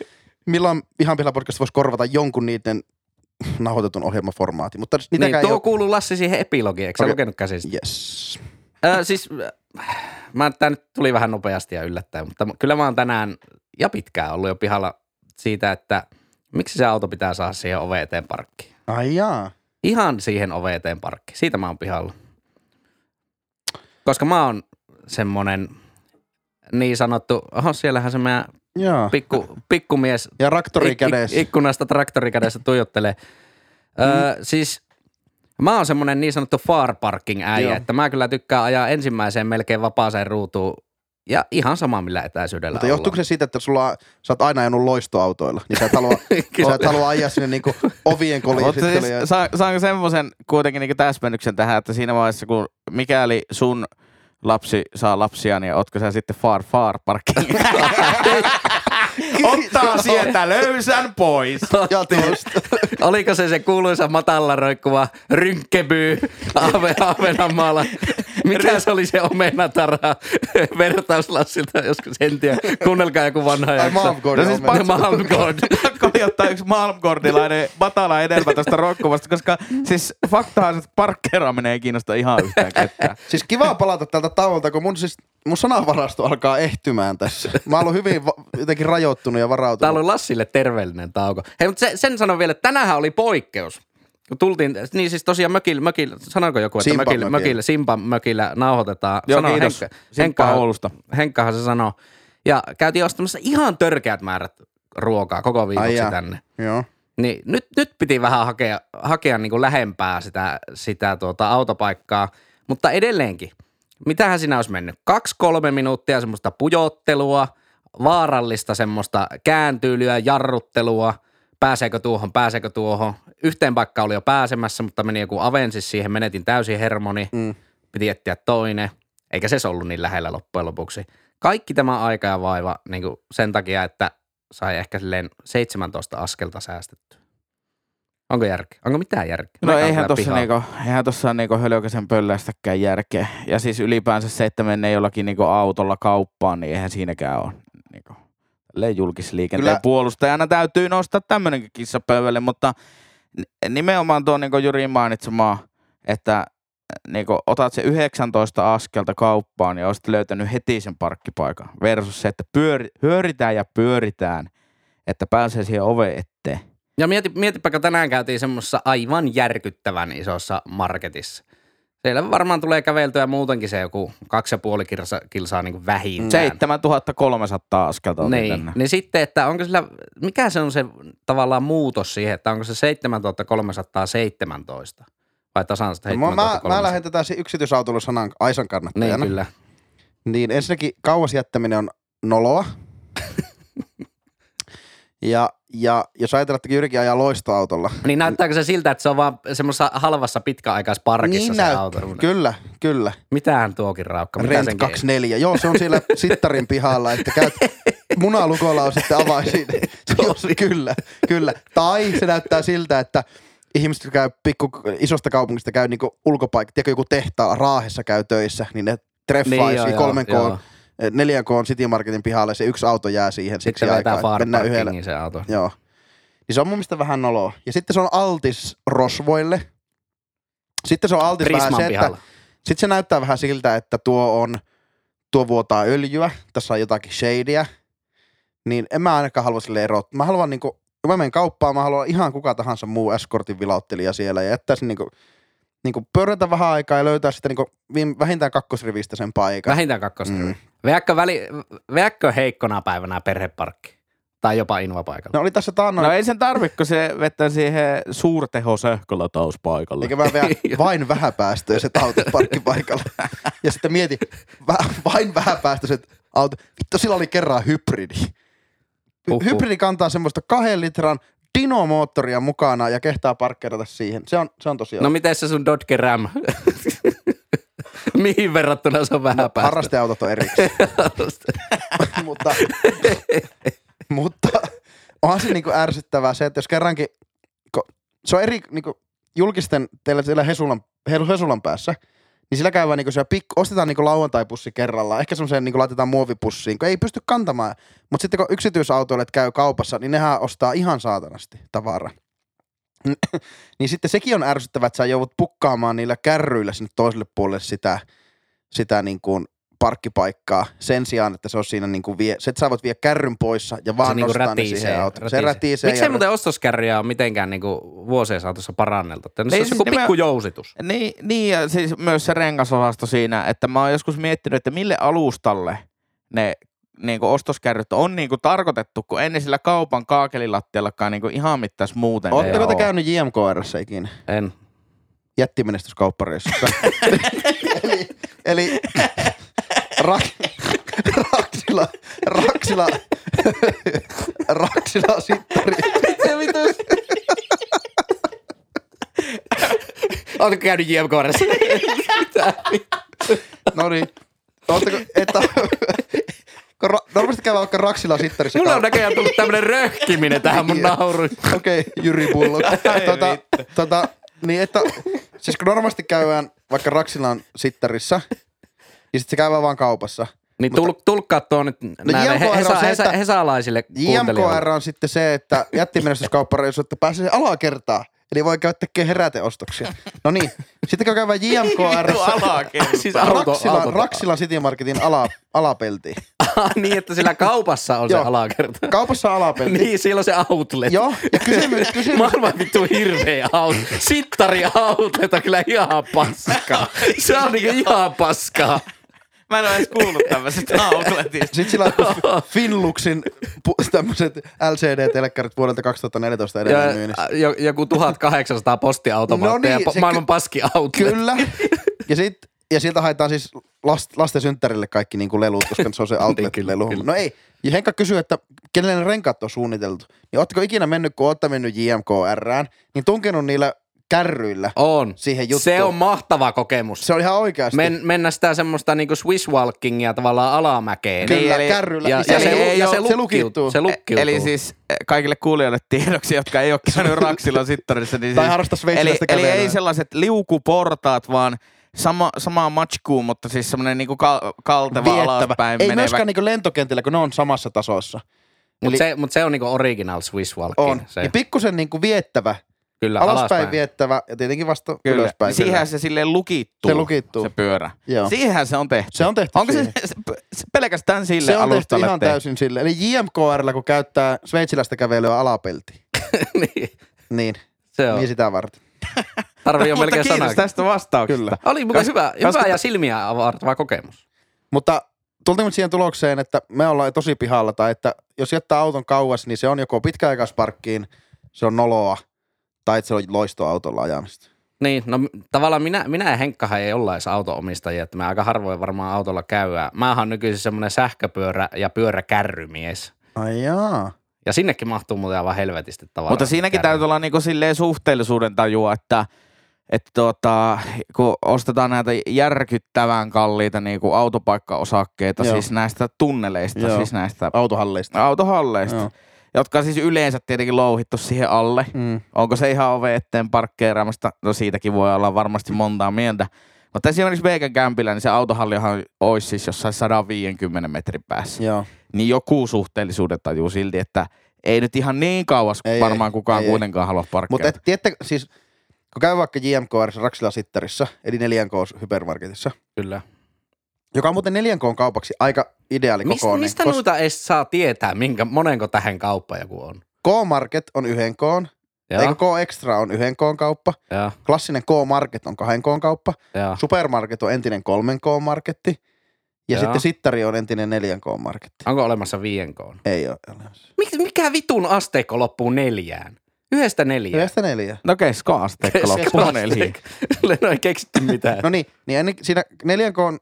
Speaker 1: milloin ihan pihalla podcast voisi korvata jonkun niiden nauhoitetun ohjelmaformaatin. Mutta niitäkään
Speaker 2: niin, tuo
Speaker 1: ei
Speaker 2: kuuluu Lassi siihen epilogiin, eikö sä
Speaker 1: Okei.
Speaker 2: lukenut käsistä?
Speaker 1: ole. Yes.
Speaker 2: Öö, siis, äh, mä, tää nyt tuli vähän nopeasti ja yllättäen, mutta mu- kyllä mä oon tänään ja pitkään ollut jo pihalla siitä, että miksi se auto pitää saada siihen ove eteen parkkiin.
Speaker 1: Ai jaa.
Speaker 2: Ihan siihen ove eteen parkkiin. Siitä mä oon pihalla. Koska mä oon semmonen niin sanottu, oho, siellähän se meidän
Speaker 1: jaa.
Speaker 2: pikku, pikkumies
Speaker 1: ja raktori kädessä. Mm.
Speaker 2: Ik, ik, ikkunasta traktorikädessä tuijottelee. Öö, siis mä oon semmonen niin sanottu far parking äijä,
Speaker 1: Joo.
Speaker 2: että mä kyllä tykkään ajaa ensimmäiseen melkein vapaaseen ruutuun ja ihan sama millä etäisyydellä
Speaker 1: Mutta johtuuko se siitä, että sulla, sä oot aina ajanut loistoautoilla, niin sä et
Speaker 2: *laughs*
Speaker 1: halua,
Speaker 2: Kyllä.
Speaker 1: sä et halua ajaa sinne niinku ovien
Speaker 4: Mutta siis,
Speaker 1: kolisitteluja?
Speaker 4: sa- saanko semmoisen kuitenkin niinku täsmennyksen tähän, että siinä vaiheessa, kun mikäli sun lapsi saa lapsia, niin ootko sä sitten far far parkki? Ottaa sieltä löysän pois.
Speaker 1: Ja tietysti.
Speaker 2: *laughs* Oliko se se kuuluisa matalla roikkuva rynkkebyy Aave, Aavenanmaalla? Mikä se oli se omenatara vertauslassilta joskus, en tiedä. Kuunnelkaa joku vanha
Speaker 1: Ai
Speaker 2: jakso.
Speaker 1: Malmgård
Speaker 4: No siis
Speaker 1: on mennyt.
Speaker 2: Malmgård.
Speaker 4: Pakko oli ottaa yksi Malmgordilainen matala edelmä tästä rokkuvasta, koska siis faktahan se, että parkkeeraaminen ei kiinnosta ihan yhtään ketään.
Speaker 1: Siis kiva palata tältä tauolta, kun mun, siis, mun sanavarasto alkaa ehtymään tässä. Mä oon ollut hyvin va- jotenkin rajoittunut ja
Speaker 2: Tää
Speaker 1: varautunut.
Speaker 2: oli Lassille terveellinen tauko. Hei, mutta se, sen sanon vielä, että tänähän oli poikkeus. Kun tultiin, niin siis tosiaan mökillä, mökillä sanoiko joku, että
Speaker 1: Simpan
Speaker 2: mökillä,
Speaker 1: mökillä.
Speaker 2: mökillä, Simpan mökillä nauhoitetaan.
Speaker 4: Joo, kiitos. Simpa Oulusta.
Speaker 2: Henkkahan se sanoo. Ja käytiin ostamassa ihan törkeät määrät ruokaa koko
Speaker 1: Ai
Speaker 2: viikoksi
Speaker 1: jaa.
Speaker 2: tänne.
Speaker 1: Joo.
Speaker 2: Niin nyt, nyt piti vähän hakea, hakea niin kuin lähempää sitä, sitä tuota autopaikkaa, mutta edelleenkin, mitähän siinä olisi mennyt? Kaksi-kolme minuuttia semmoista pujottelua, vaarallista semmoista kääntyylyä, jarruttelua, pääseekö tuohon, pääseekö tuohon. Yhteen paikkaan oli jo pääsemässä, mutta meni joku avensis siihen, menetin täysin hermoni, mm. piti etsiä toinen, eikä se ollut niin lähellä loppujen lopuksi. Kaikki tämä aika ja vaiva niin kuin sen takia, että sai ehkä silleen 17 askelta säästettyä. Onko järkeä? Onko mitään järkeä?
Speaker 4: No
Speaker 2: Mä käyn
Speaker 4: eihän
Speaker 2: kyllä
Speaker 4: tossa,
Speaker 2: pihalla.
Speaker 4: niinku, eihän tossa ole niinku hölökäsen pöllästäkään järkeä. Ja siis ylipäänsä se, että menee jollakin niinku autolla kauppaan, niin eihän siinäkään ole. Niinku, tälleen julkisliikenteen
Speaker 1: Kyllä.
Speaker 4: Kyllä. puolustajana täytyy nostaa tämmöinenkin kissa pöydälle, mutta n- nimenomaan tuo niinku Jyrin mainitsema, että niinku, otat se 19 askelta kauppaan ja olisit löytänyt heti sen parkkipaikan versus se, että pyöri, pyöritään ja pyöritään, että pääsee siihen oveen eteen.
Speaker 2: Ja mieti, mietipä, kun tänään käytiin semmoisessa aivan järkyttävän isossa marketissa. Siellä varmaan tulee käveltyä muutenkin se joku kaksi ja puoli kilsa, kilsaa niin kuin
Speaker 1: Mm.
Speaker 2: vähintään.
Speaker 4: 7300 askelta otin
Speaker 2: Niin,
Speaker 4: tänne.
Speaker 2: niin sitten, että onko sillä, mikä se on se tavallaan muutos siihen, että onko se 7317 vai tasan
Speaker 1: No, Mä, mä,
Speaker 2: 7300?
Speaker 1: mä lähden tätä si- yksityisautoilu sanan Aisan kannattajana.
Speaker 2: Niin, kyllä.
Speaker 1: Niin ensinnäkin kauas jättäminen on
Speaker 2: *laughs*
Speaker 1: noloa. ja, ja jos ajatellaan, että Jyrki ajaa loistoautolla.
Speaker 2: Niin näyttääkö se siltä, että se on vaan semmoisessa halvassa pitkäaikaisparkissa
Speaker 1: niin
Speaker 2: se
Speaker 1: näyttää.
Speaker 2: auto?
Speaker 1: Kyllä, kyllä.
Speaker 2: Mitähän tuokin raukka? Mitä
Speaker 1: Rent
Speaker 2: sen
Speaker 1: 24. Joo, se on
Speaker 2: *laughs*
Speaker 1: siellä sittarin pihalla, että käyt munalukolla on sitten
Speaker 2: *laughs*
Speaker 1: avain siinä. Joo, kyllä, kyllä. Tai se näyttää siltä, että ihmiset jotka käy pikku, isosta kaupungista käy niinku ulkopaikka, tiedätkö joku tehtaa Raahessa käy töissä, niin ne treffaa
Speaker 2: Niin, joo,
Speaker 1: niin,
Speaker 2: joo,
Speaker 1: kolmen
Speaker 2: joo.
Speaker 1: koon, neljän koon City Marketin pihalle, se yksi auto jää siihen siksi
Speaker 2: Sitten vetää
Speaker 1: aikaa. että Mennään yhdellä.
Speaker 2: Farparkingiin se auto.
Speaker 1: Joo. Niin se on mun mielestä vähän noloa. Ja sitten se on altis rosvoille. Sitten se on altis vähän
Speaker 2: Prisman
Speaker 1: se, että
Speaker 2: pihalla.
Speaker 1: sitten se näyttää vähän siltä, että tuo on, tuo vuotaa öljyä, tässä on jotakin shadeä, niin en mä ainakaan halua sille erot. Mä haluan niinku, kun mä menen kauppaan, mä haluan ihan kuka tahansa muu eskortin vilauttelija siellä ja jättäisin niinku, niinku pyörätä vähän aikaa ja löytää sitten niinku viim- vähintään kakkosrivistä sen paikan.
Speaker 2: Vähintään kakkosta.
Speaker 1: Mm.
Speaker 2: Mm. Veäkkö, väli, veäkkö heikkona päivänä perheparkki? Tai jopa invapaikalla.
Speaker 1: No oli tässä taannoin,
Speaker 4: No ei sen tarvitse, kun se vetää siihen suurteho sähkölatauspaikalle.
Speaker 1: Eikä mä
Speaker 2: *laughs*
Speaker 1: vielä vain vähäpäästöiset autot parkkipaikalla. Ja sitten mieti, vä- vain vähäpäästöiset autot. Vittu, sillä oli kerran hybridi.
Speaker 2: Huhhuh.
Speaker 1: Hy- hybridi kantaa semmoista kahden litran dinomoottoria mukana ja kehtaa parkkeerata siihen. Se on, se on tosiaan.
Speaker 2: No, miten se sun Dodge Ram? *laughs* Mihin verrattuna se on
Speaker 1: No,
Speaker 2: vähän päästä?
Speaker 1: Harrasteautot on
Speaker 2: *laughs*
Speaker 1: erikseen. *laughs* mutta, mutta onhan se niinku ärsyttävää se, että jos kerrankin, ko- se on eri niinku julkisten, teillä siellä Hesulan, He- Hesulan päässä, niin sillä käydään niinku siellä pikku, ostetaan niinku lauantaipussi kerrallaan, ehkä semmoiseen niinku laitetaan muovipussiin, kun ei pysty kantamaan. Mutta sitten kun yksityisautoilijat käy kaupassa, niin nehän ostaa ihan saatanasti tavaraa. *clears throat* niin sitten sekin on ärsyttävää, että sä joudut pukkaamaan niillä kärryillä sinne toiselle puolelle sitä, sitä niin kuin parkkipaikkaa sen sijaan, että se on siinä niin kuin vie, se, että sä voit vie kärryn poissa ja vaan
Speaker 2: se niinku
Speaker 1: nostaa ne
Speaker 2: rätisee.
Speaker 1: siihen autoon. Se rätisee.
Speaker 2: Miksei
Speaker 1: ja-
Speaker 2: muuten ostoskärjää ole mitenkään niinku vuosien saatossa paranneltu? Että se
Speaker 4: Ei
Speaker 2: on
Speaker 4: siis
Speaker 2: joku
Speaker 4: nimen-
Speaker 2: pikkujousitus.
Speaker 4: Niin, niin, ja siis myös se rengasosasto siinä, että mä oon joskus miettinyt, että mille alustalle ne niin kuin ostoskärryt on niin kuin tarkoitettu, kun ennen sillä kaupan kaakelilattiallakaan niin kuin ihan mittais muuten. ei
Speaker 1: Oletteko te
Speaker 4: oo.
Speaker 1: käynyt JMKRssä ikinä?
Speaker 2: En.
Speaker 1: jättimenestyskauppareissussa. *laughs* eli, eli rak, Raksila, Raksila, Raksila sittari.
Speaker 2: Se vitus. Oletko käynyt
Speaker 1: *laughs*
Speaker 2: JMKRssä?
Speaker 1: No niin, ootteko, että... kun ra- Normaalisti käy vaikka Raksila sittarissa.
Speaker 2: Mulla on
Speaker 1: kaup-
Speaker 2: näköjään tullut tämmönen röhkiminen tähän
Speaker 1: Niin.
Speaker 2: mun nauruun.
Speaker 1: Okei, okay, Jyri Pullo. tota, tota, niin että, siis kun normaalisti käydään vaikka Raksilan sittarissa, niin sitten se käydään vaan kaupassa.
Speaker 2: Niin tul, tulkkaa tuo nyt näille
Speaker 1: JMKR on
Speaker 2: he, hesa,
Speaker 1: se,
Speaker 2: hesa,
Speaker 1: No että-
Speaker 2: hesalaisille kuuntelijoille.
Speaker 1: JMKR on sitten se, että jättimenestyskauppareissu, että pääsee alakertaan. Eli voi käydä tekemään heräteostoksia. No niin, sitten kun käydään JMKR, *laughs*
Speaker 2: *laughs* siis Niin, auto,
Speaker 1: Raksila,
Speaker 2: auto.
Speaker 1: Raksilan City Marketin ala, alapelti.
Speaker 2: Ah, *laughs* niin, että sillä kaupassa on se
Speaker 1: Joo.
Speaker 2: alakerta.
Speaker 1: Kaupassa on alapelti.
Speaker 2: *laughs* Niin, siellä on se outlet.
Speaker 1: Joo, ja kysymys, kysymys,
Speaker 2: *laughs* Maailman vittu hirveä outlet. Sittari outlet on kyllä ihan
Speaker 1: *laughs*
Speaker 2: paskaa. Se on niinku ihan paskaa.
Speaker 4: Mä en ole edes kuullut
Speaker 1: *laughs*
Speaker 4: tämmöisestä outletista.
Speaker 1: Sitten sillä on joku Finluxin pu- tämmöiset LCD-telkkarit vuodelta 2014
Speaker 2: Ja,
Speaker 1: edelleen niin- myynnissä.
Speaker 2: jo- joku 1800
Speaker 1: No
Speaker 2: postiautomaatteja,
Speaker 1: niin,
Speaker 2: no
Speaker 1: se
Speaker 2: niin, maailman
Speaker 1: ky-
Speaker 2: paskiauto.
Speaker 1: Kyllä. Ja, sit, ja sieltä haetaan siis last, lasten synttärille kaikki niinku lelut, koska se on
Speaker 2: *laughs*
Speaker 1: se outlet-lelu.
Speaker 2: Niin, kyllä.
Speaker 1: no ei. Ja Henkka kysyy, että kenelle ne renkaat on suunniteltu. Niin ootteko ikinä mennyt, kun ootte mennyt JMKRään, niin tunkenut niillä kärryillä
Speaker 2: On.
Speaker 1: siihen juttuun.
Speaker 2: Se on mahtava kokemus.
Speaker 1: se on ihan oikeasti.
Speaker 2: Men, mennä sitä semmoista niinku swisswalkingia tavallaan alamäkeen.
Speaker 1: Kyllä,
Speaker 4: niin, eli-
Speaker 1: kärryillä.
Speaker 2: Ja,
Speaker 1: Niin
Speaker 2: ja,
Speaker 1: se
Speaker 2: se,
Speaker 1: ei
Speaker 2: ei
Speaker 1: oo-
Speaker 2: ja se,
Speaker 1: se
Speaker 2: lukkiutuu.
Speaker 1: lukittuu.
Speaker 2: Se lukkiutuu.
Speaker 4: Eli siis eh, kaikille kuulijoille tiedoksi, jotka ei ole
Speaker 1: *laughs*
Speaker 4: käynyt Raksilan sittarissa. Niin
Speaker 1: Tai
Speaker 4: siis,
Speaker 1: harrasta
Speaker 4: eli,
Speaker 1: sveitsiläistä
Speaker 4: eli
Speaker 1: kävelyä.
Speaker 4: ei sellaiset liukuportaat, vaan sama, samaa matchkuun, mutta siis semmoinen niinku kal- kalteva alaspäin
Speaker 1: Ei
Speaker 4: menevä.
Speaker 1: myöskään niinku lentokentillä, kun ne on samassa tasossa.
Speaker 2: Mutta
Speaker 1: eli-
Speaker 2: se, mut se on niinku original swisswalking.
Speaker 1: On.
Speaker 2: Se,
Speaker 1: Ja pikkusen niinku viettävä,
Speaker 2: kyllä,
Speaker 1: alaspäin, viettävä ja tietenkin vasta
Speaker 4: Kyllä.
Speaker 1: ylöspäin.
Speaker 4: Siihenhän se silleen lukittuu.
Speaker 1: Se lukittuu.
Speaker 4: Se pyörä.
Speaker 1: Joo.
Speaker 4: Siihenhän se on tehty.
Speaker 1: Se on tehty
Speaker 4: Onko se,
Speaker 1: siihen.
Speaker 4: se, se pelkästään *laughs* sille
Speaker 1: se on tehty
Speaker 4: alustalle
Speaker 1: ihan täysin sille. Eli JMKRllä, kun käyttää sveitsiläistä kävelyä alapelti.
Speaker 2: *laughs* niin,
Speaker 1: Niin.
Speaker 2: se on.
Speaker 1: Niin sitä varten.
Speaker 2: Tarvii jo
Speaker 4: Mutta
Speaker 2: melkein
Speaker 4: kiitos
Speaker 2: sanaa.
Speaker 4: tästä vastauksesta.
Speaker 1: Kyllä.
Speaker 2: Oli muuten hyvä,
Speaker 4: kas-
Speaker 2: hyvä ja silmiä avartava kokemus.
Speaker 1: Mutta tultiin nyt siihen tulokseen, että me ollaan tosi pihalla, tai että jos jättää auton kauas, niin se on joko pitkäaikaisparkkiin, se on noloa, tai että se on loistoautolla ajamista.
Speaker 2: Niin, no tavallaan minä, minä ja Henkkahan ei olla edes autoomistajia, että me aika harvoin varmaan autolla käyään. Mä oon nykyisin semmoinen sähköpyörä ja pyöräkärrymies.
Speaker 1: Ai jaa.
Speaker 2: Ja sinnekin mahtuu muuten aivan helvetisti tavallaan.
Speaker 4: Mutta siinäkin täytyy olla niinku silleen suhteellisuuden tajua, että että tuota, kun ostetaan näitä järkyttävän kalliita niinku autopaikkaosakkeita,
Speaker 1: Joo.
Speaker 4: siis näistä tunneleista,
Speaker 1: Joo.
Speaker 4: siis näistä
Speaker 1: Autohalleista.
Speaker 4: autohalleista,
Speaker 1: Joo.
Speaker 4: jotka on siis yleensä tietenkin louhittu siihen alle.
Speaker 1: Mm.
Speaker 4: Onko se ihan ove eteen parkkeeraamista? No siitäkin voi olla varmasti montaa mieltä. Mutta esimerkiksi Veikän kämpillä, niin se autohallihan olisi siis jossain 150 metrin päässä.
Speaker 1: Joo.
Speaker 4: Niin joku suhteellisuuden tajuu silti, että ei nyt ihan niin kauas
Speaker 1: Ei,
Speaker 4: ei, varmaan
Speaker 1: ei,
Speaker 4: kukaan
Speaker 1: ei, ei.
Speaker 4: ei, kuitenkaan ei. halua
Speaker 1: Mutta
Speaker 4: parkkeerata.
Speaker 1: et, tiedätte, siis kun käy vaikka JMKRissa Raksila Sitterissä, eli 4K hypermarketissa,
Speaker 2: Kyllä.
Speaker 1: joka on muuten 4K on kaupaksi aika ideaali
Speaker 2: Mist,
Speaker 1: kokoinen.
Speaker 2: mistä
Speaker 1: koska
Speaker 2: noita edes saa tietää, minkä, monenko tähän kauppa joku on?
Speaker 1: K-Market on yhden koon,
Speaker 2: Joo,
Speaker 1: eikö K-Extra on yhden koon kauppa,
Speaker 2: joo,
Speaker 1: klassinen K-Market on kahden koon kauppa,
Speaker 2: joo.
Speaker 1: Supermarket on entinen kolmen koon marketti, ja
Speaker 2: Joo.
Speaker 1: sitten Sittari on entinen neljän koon marketti.
Speaker 2: Onko olemassa viienkoon?
Speaker 1: Ei ole olemassa.
Speaker 2: Mik, mikä vitun asteikko loppuu neljään? Yhdestä neljään.
Speaker 1: Yhdestä neljä.
Speaker 4: No keskoasteikko loppuu neljään.
Speaker 2: Sille no ei keksitty mitään.
Speaker 1: No niin, niin ennen, siinä neljän äh, koon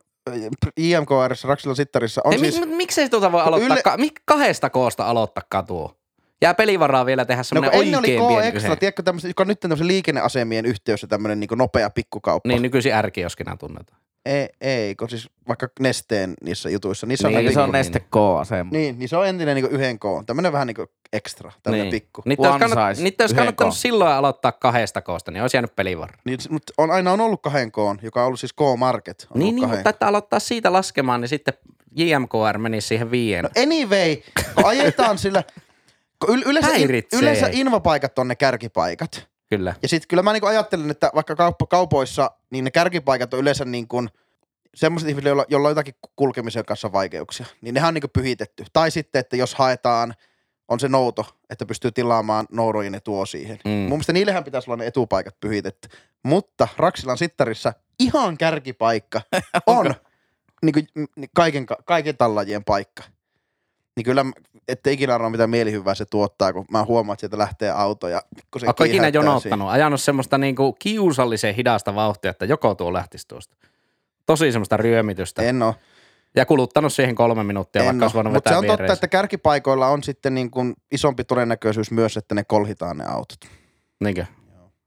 Speaker 1: JMKRissa Raksila Sittarissa *laughs* on
Speaker 2: Ei,
Speaker 1: siis...
Speaker 2: siis... Miksei tuota voi aloittaa?
Speaker 1: Yle-
Speaker 2: Yle... Ka- mik, kahdesta koosta aloittakaa tuo? Jää pelivaraa vielä tehdä
Speaker 1: No kun
Speaker 2: semmoinen
Speaker 1: ennen
Speaker 2: no,
Speaker 1: oli
Speaker 2: oikein pieni
Speaker 1: K-Extra,
Speaker 2: yhden.
Speaker 1: tiedätkö, tämmöset, joka on nyt tämmöisen liikenneasemien yhteydessä tämmöinen niin nopea pikkukauppa.
Speaker 2: Niin nykyisin ärkioskina tunnetaan.
Speaker 1: Ei, ei, kun siis vaikka nesteen niissä jutuissa. Niissä
Speaker 2: Niin,
Speaker 1: on
Speaker 4: Eli
Speaker 1: niin,
Speaker 4: se on
Speaker 2: niin.
Speaker 4: neste K-asema.
Speaker 1: niin, niin se on entinen niin yhden koon. Tämmöinen vähän niin kuin ekstra, tämmöinen
Speaker 2: Niin.
Speaker 1: pikku.
Speaker 2: Niitä olisi,
Speaker 4: One
Speaker 2: kannat,
Speaker 4: size,
Speaker 2: niitä olisi
Speaker 4: yhden
Speaker 2: kannattanut
Speaker 4: koon.
Speaker 2: silloin aloittaa kahdesta koosta, niin olisi jäänyt pelivaraa.
Speaker 1: Niin, mutta on aina on ollut kahden koon, joka on ollut siis K-Market. On
Speaker 2: Niin,
Speaker 1: ollut
Speaker 2: niin,
Speaker 1: kahden
Speaker 2: mutta että aloittaa siitä laskemaan, niin sitten JMKR meni siihen viien.
Speaker 1: No anyway, kun ajetaan sillä, kun yl- yleensä, in,
Speaker 2: Häiritsee.
Speaker 1: yleensä invapaikat on ne kärkipaikat.
Speaker 2: Kyllä.
Speaker 1: Ja sitten kyllä mä niinku ajattelen, että vaikka kauppa, kaupoissa, niin ne kärkipaikat on yleensä niin kuin semmoiset ihmiset, joilla, joilla on jotakin kulkemisen kanssa vaikeuksia, niin nehän on niinku pyhitetty. Tai sitten, että jos haetaan, on se nouto, että pystyy tilaamaan noudoja ja ne tuo siihen.
Speaker 2: Mm.
Speaker 1: Mun mielestä niillähän pitäisi olla ne etupaikat pyhitetty. Mutta Raksilan sittarissa ihan
Speaker 2: *laughs*
Speaker 1: kärkipaikka on niin kuin, kaiken, ka- kaiken tallajien paikka. Niin kyllä, mä- ette ikinä arvoa, mitä mielihyvää se tuottaa, kun mä huomaan, että sieltä lähtee auto ja kun se
Speaker 2: Onko ikinä
Speaker 1: kiihättää
Speaker 2: jonottanut, ajanut semmoista niinku kiusallisen hidasta vauhtia, että joko tuo lähtisi tuosta. Tosi semmoista ryömitystä.
Speaker 1: siinä. En oo.
Speaker 2: Ja kuluttanut siihen kolme minuuttia,
Speaker 1: En
Speaker 2: vaikka
Speaker 1: oo.
Speaker 2: olisi voinut
Speaker 1: Mut
Speaker 2: vetää
Speaker 1: se on totta,
Speaker 2: viereensä.
Speaker 1: että kärkipaikoilla on sitten niin kuin isompi todennäköisyys myös, että ne kolhitaan ne autot.
Speaker 2: Niinkö?